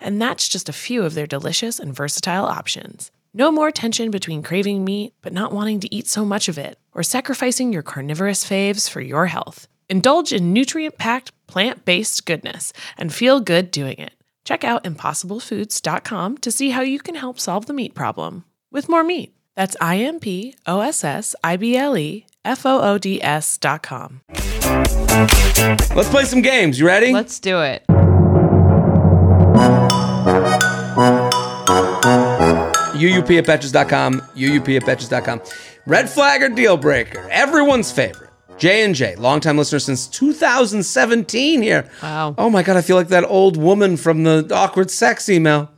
S6: And that's just a few of their delicious and versatile options. No more tension between craving meat but not wanting to eat so much of it, or sacrificing your carnivorous faves for your health. Indulge in nutrient packed, plant based goodness and feel good doing it. Check out impossiblefoods.com to see how you can help solve the meat problem with more meat. That's I M P O S S I B L E F O O D S dot com.
S2: Let's play some games. You ready?
S7: Let's do it.
S2: UUP at Betches.com, UUP at Betches.com. Red flag or deal breaker? Everyone's favorite. J and J, longtime listener since 2017 here.
S7: Wow.
S2: Oh my god, I feel like that old woman from the awkward sex email.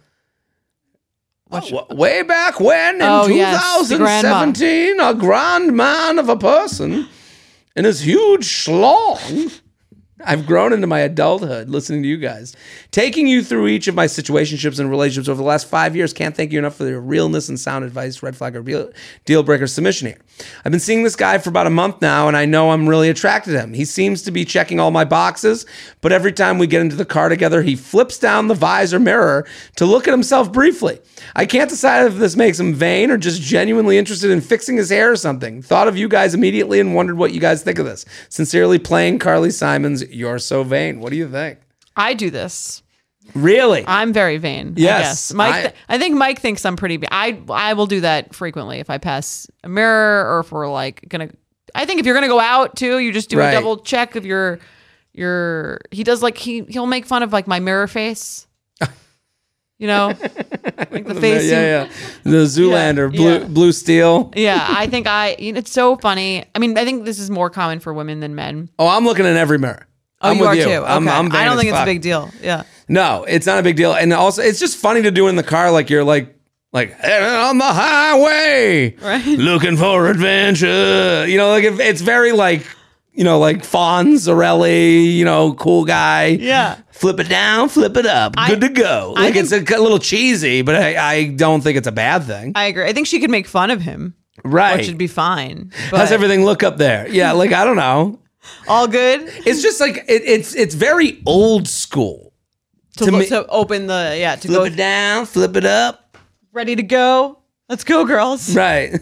S2: Oh, wh- way back when in
S7: Oh, yes, the grandma.
S2: 2017, a grand man of a person in his huge schlong. I've grown into my adulthood listening to you guys, taking you through each of my situationships and relationships over the last five years. Can't thank you enough for your realness and sound advice, red flag or deal, deal breaker submission here. I've been seeing this guy for about a month now, and I know I'm really attracted to him. He seems to be checking all my boxes, but every time we get into the car together, he flips down the visor mirror to look at himself briefly. I can't decide if this makes him vain or just genuinely interested in fixing his hair or something. Thought of you guys immediately and wondered what you guys think of this. Sincerely, playing Carly Simon's "You're So Vain." What do you think?
S7: I do this.
S2: Really?
S7: I'm very vain.
S2: Yes,
S7: I guess. Mike.
S2: I-
S7: I, think Mike thinks I'm pretty. va- I I will do that frequently if I pass a mirror or if we're like gonna. I think if you're gonna go out too, you just do
S2: Right.
S7: a double check of your your. He does like he he'll make fun of like my mirror face. you know, like the face. you-
S2: yeah, yeah. The Zoolander,
S7: Yeah,
S2: blue
S7: yeah.
S2: blue steel.
S7: yeah, I think I. you know, It's so funny. I mean, I think this is more common for women than men.
S2: Oh, I'm looking in every mirror.
S1: Oh,
S2: I'm
S1: you
S2: with
S1: are
S2: you.
S1: too.
S2: I'm,
S1: Okay.
S2: I'm vain
S1: I don't
S2: as
S1: think it's
S2: fuck.
S1: a big deal. Yeah.
S2: No, it's not a big deal, and also it's just funny to do in the car. Like you're like like "Eh, on the highway, looking for adventure. You know, like if, it's very like you know like Fonzarelli. You know, cool guy.
S1: Yeah.
S2: flip it down, flip it up, good to go. Like it's a c- little cheesy, but I, I don't think it's a bad thing.
S1: I agree. I think she could make fun of him.
S2: right?
S1: Which should be fine.
S2: How's
S1: But
S2: everything look up there? Yeah, like I don't know.
S1: all good
S2: It's just like it, it's it's very old school.
S1: to,
S2: To
S1: lo-
S2: me-
S1: to open the yeah to
S2: Flip
S1: go
S2: it down, flip it up.
S1: ready to go. Let's go, girls.
S2: Right.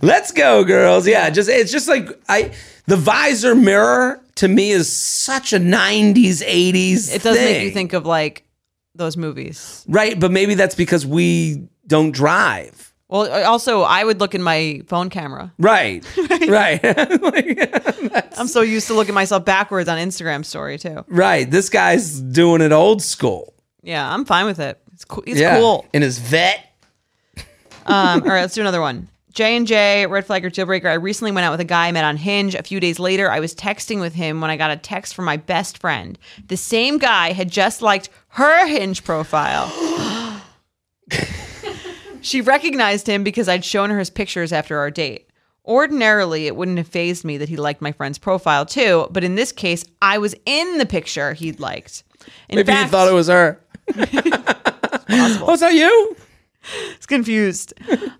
S2: Let's go, girls. Yeah, just it's just like I the visor mirror to me is such a 90s 80s
S1: It does make you
S2: thing.
S1: think of like those movies.
S2: Right, but maybe that's because we don't drive.
S1: Well, I- also I would look in my phone camera.
S2: Right. right.
S1: I'm so used to looking myself backwards on Instagram story too.
S2: right. This guy's doing it old school.
S1: Yeah, I'm fine with it. It's cool. It's
S2: yeah.
S1: cool.
S2: In his vet.
S1: Um, all right, let's do another one. J and J, red flag or deal breaker. I recently went out with a guy I met on Hinge. A few days later, I was texting with him when I got a text from my best friend. The same guy had just liked her Hinge profile. she recognized him because I'd shown her his pictures after our date. Ordinarily, it wouldn't have phased me that he liked my friend's profile too, but in this case, I was in the picture he'd liked. In
S2: Maybe
S1: fact,
S2: he thought it was her. oh, is that you?
S1: It's confused.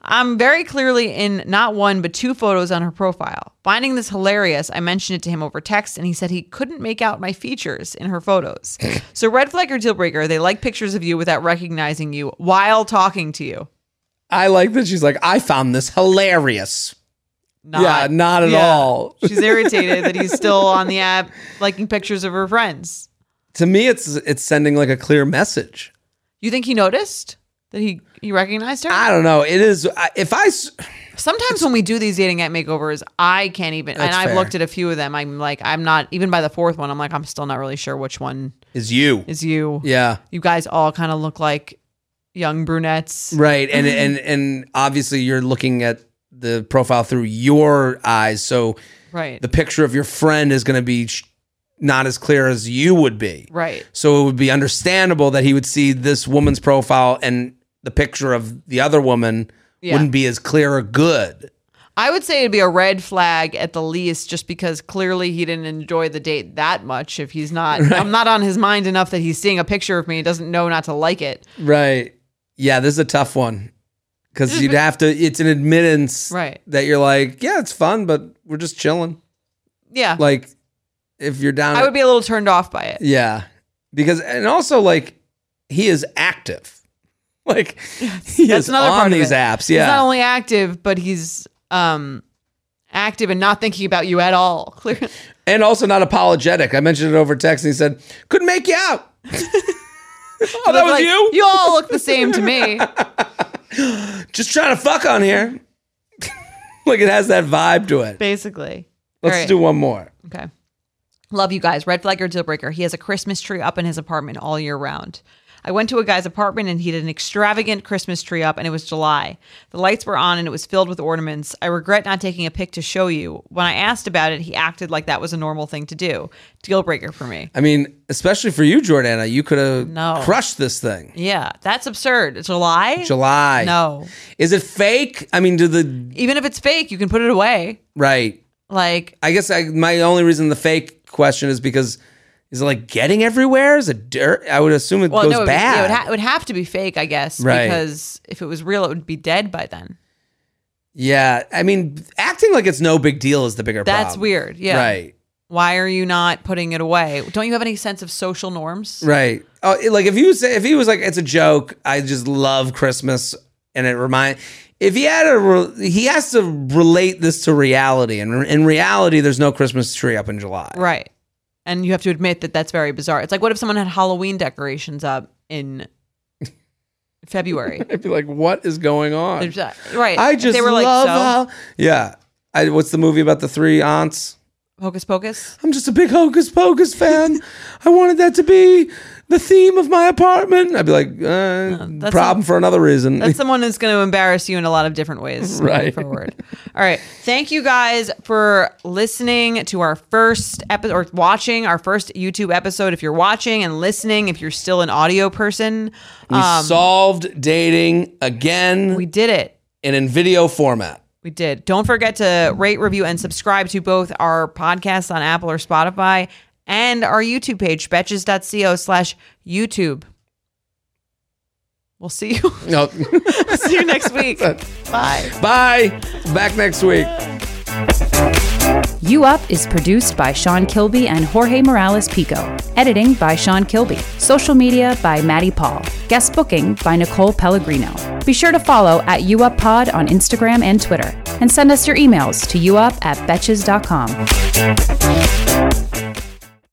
S1: I'm very clearly in not one, but two photos on her profile. Finding this hilarious, I mentioned it to him over text, and he said he couldn't make out my features in her photos. so, red flag or deal breaker, they like pictures of you without recognizing you while talking to you.
S2: I like that she's like, I found this hilarious.
S1: Not,
S2: yeah, not at
S1: Yeah.
S2: all.
S1: She's irritated that he's still on the app liking pictures of her friends.
S2: to me it's it's sending like a clear message
S1: You think he noticed that he, he recognized her?
S2: i don't know it is I- if i s-
S1: Sometimes when we do these dating app makeovers, I can't even. And
S2: That's
S1: I've
S2: fair.
S1: looked at a few of them. I'm like, I'm not even by the fourth one. I'm like, I'm still not really sure which one
S2: is you
S1: is you.
S2: yeah
S1: You guys all kind of look like young brunettes.
S2: right and and and obviously you're looking at the profile through your eyes so
S1: Right.
S2: the picture of your friend is going to be sh- not as clear as you would be
S1: right.
S2: so it would be understandable that he would see this woman's profile and the picture of the other woman
S1: Yeah.
S2: wouldn't be as clear or good
S8: I would say it'd be a red flag at the least, just because clearly he didn't enjoy the date that much. If he's not, I'm not on his mind enough that he's seeing a picture of me and doesn't know not to like it.
S2: Right. Yeah, this is a tough one because you'd have to. It's an admittance,
S8: Right.
S2: That you're like, yeah, it's fun, but we're just chilling.
S8: Yeah,
S2: Like, if you're down,
S8: I would be a little turned off by it.
S2: Yeah, because and also like he is active. Like he
S8: That's
S2: is
S8: another
S2: on
S8: part of
S2: these
S8: it.
S2: apps.
S8: He's
S2: Yeah.
S8: not only active, but he's um active and not thinking about you at all. Clearly,
S2: and also not apologetic. I mentioned it over text, and he said, "Couldn't make you out." oh, that was
S8: Like,
S2: you.
S8: You all look the same to me.
S2: Just trying to fuck on here. like it has that vibe to it.
S8: Basically.
S2: Let's
S8: All right.
S2: do one more.
S1: Okay. Love you guys. Red flag or deal breaker. He has a Christmas tree up in his apartment all year round. I went to a guy's apartment and he had an extravagant Christmas tree up and it was July. The lights were on and it was filled with ornaments. I regret not taking a pic to show you. When I asked about it, he acted like that was a normal thing to do. Deal breaker for me.
S2: I mean, especially for you, Jordana, you could have
S1: No.
S2: crushed this thing.
S1: Yeah, that's absurd. July?
S2: July.
S1: No.
S2: Is it fake? I mean, do the
S1: Even if it's fake, you can put it away.
S2: right?
S1: Like,
S2: I guess I, my only reason the fake question is because is it like getting everywhere? Is it dirt? I would assume it
S1: well,
S2: goes
S1: no, it would,
S2: bad.
S1: yeah, it, would ha- it would have to be fake, I guess,
S2: Right.
S1: because if it was real, it would be dead by then.
S2: yeah, I mean, acting like it's no big deal is the bigger problem.
S1: That's weird. Yeah.
S2: Right.
S1: Why are you not putting it away? Don't you have any sense of social norms?
S2: Right. Oh, it- like if you say if he was like it's a joke, I just love Christmas and it remind if he had a re- he has to relate this to reality and re- in reality there's no Christmas tree up in July.
S1: Right. And you have to admit that that's very bizarre. It's like, what if someone had Halloween decorations up in February?
S2: I'd be like what is going on?
S1: There's that- right.
S2: I
S1: If
S2: just
S1: they were like,
S2: love
S1: so,
S2: how Yeah. I, what's the movie about the three aunts?
S1: Hocus Pocus.
S2: I'm just a big Hocus Pocus fan. I wanted that to be the theme of my apartment. I'd be like, uh,
S1: that's
S2: problem for another reason.
S1: That's someone that's going to embarrass you in a lot of different ways. moving
S2: Right.
S1: Forward. All right. Thank you guys for listening to our first episode or watching our first YouTube episode. If you're watching and listening, if you're still an audio person,
S2: we solved dating again
S1: um, we did it.
S2: and in video format.
S1: We did. Don't forget to rate, review, and subscribe to both our podcasts on Apple or Spotify and our YouTube page, betches.co slash YouTube. We'll see you.
S2: No.
S1: see you next week. Bye.
S2: Bye. Back next week.
S9: You Up is produced by Sean Kilby and Jorge Morales Pico. Editing by Sean Kilby. Social media by Maddie Paul. Guest booking by Nicole Pellegrino. Be sure to follow at You Up Pod on Instagram and Twitter. And send us your emails to youup at betches.com.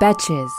S9: Betches.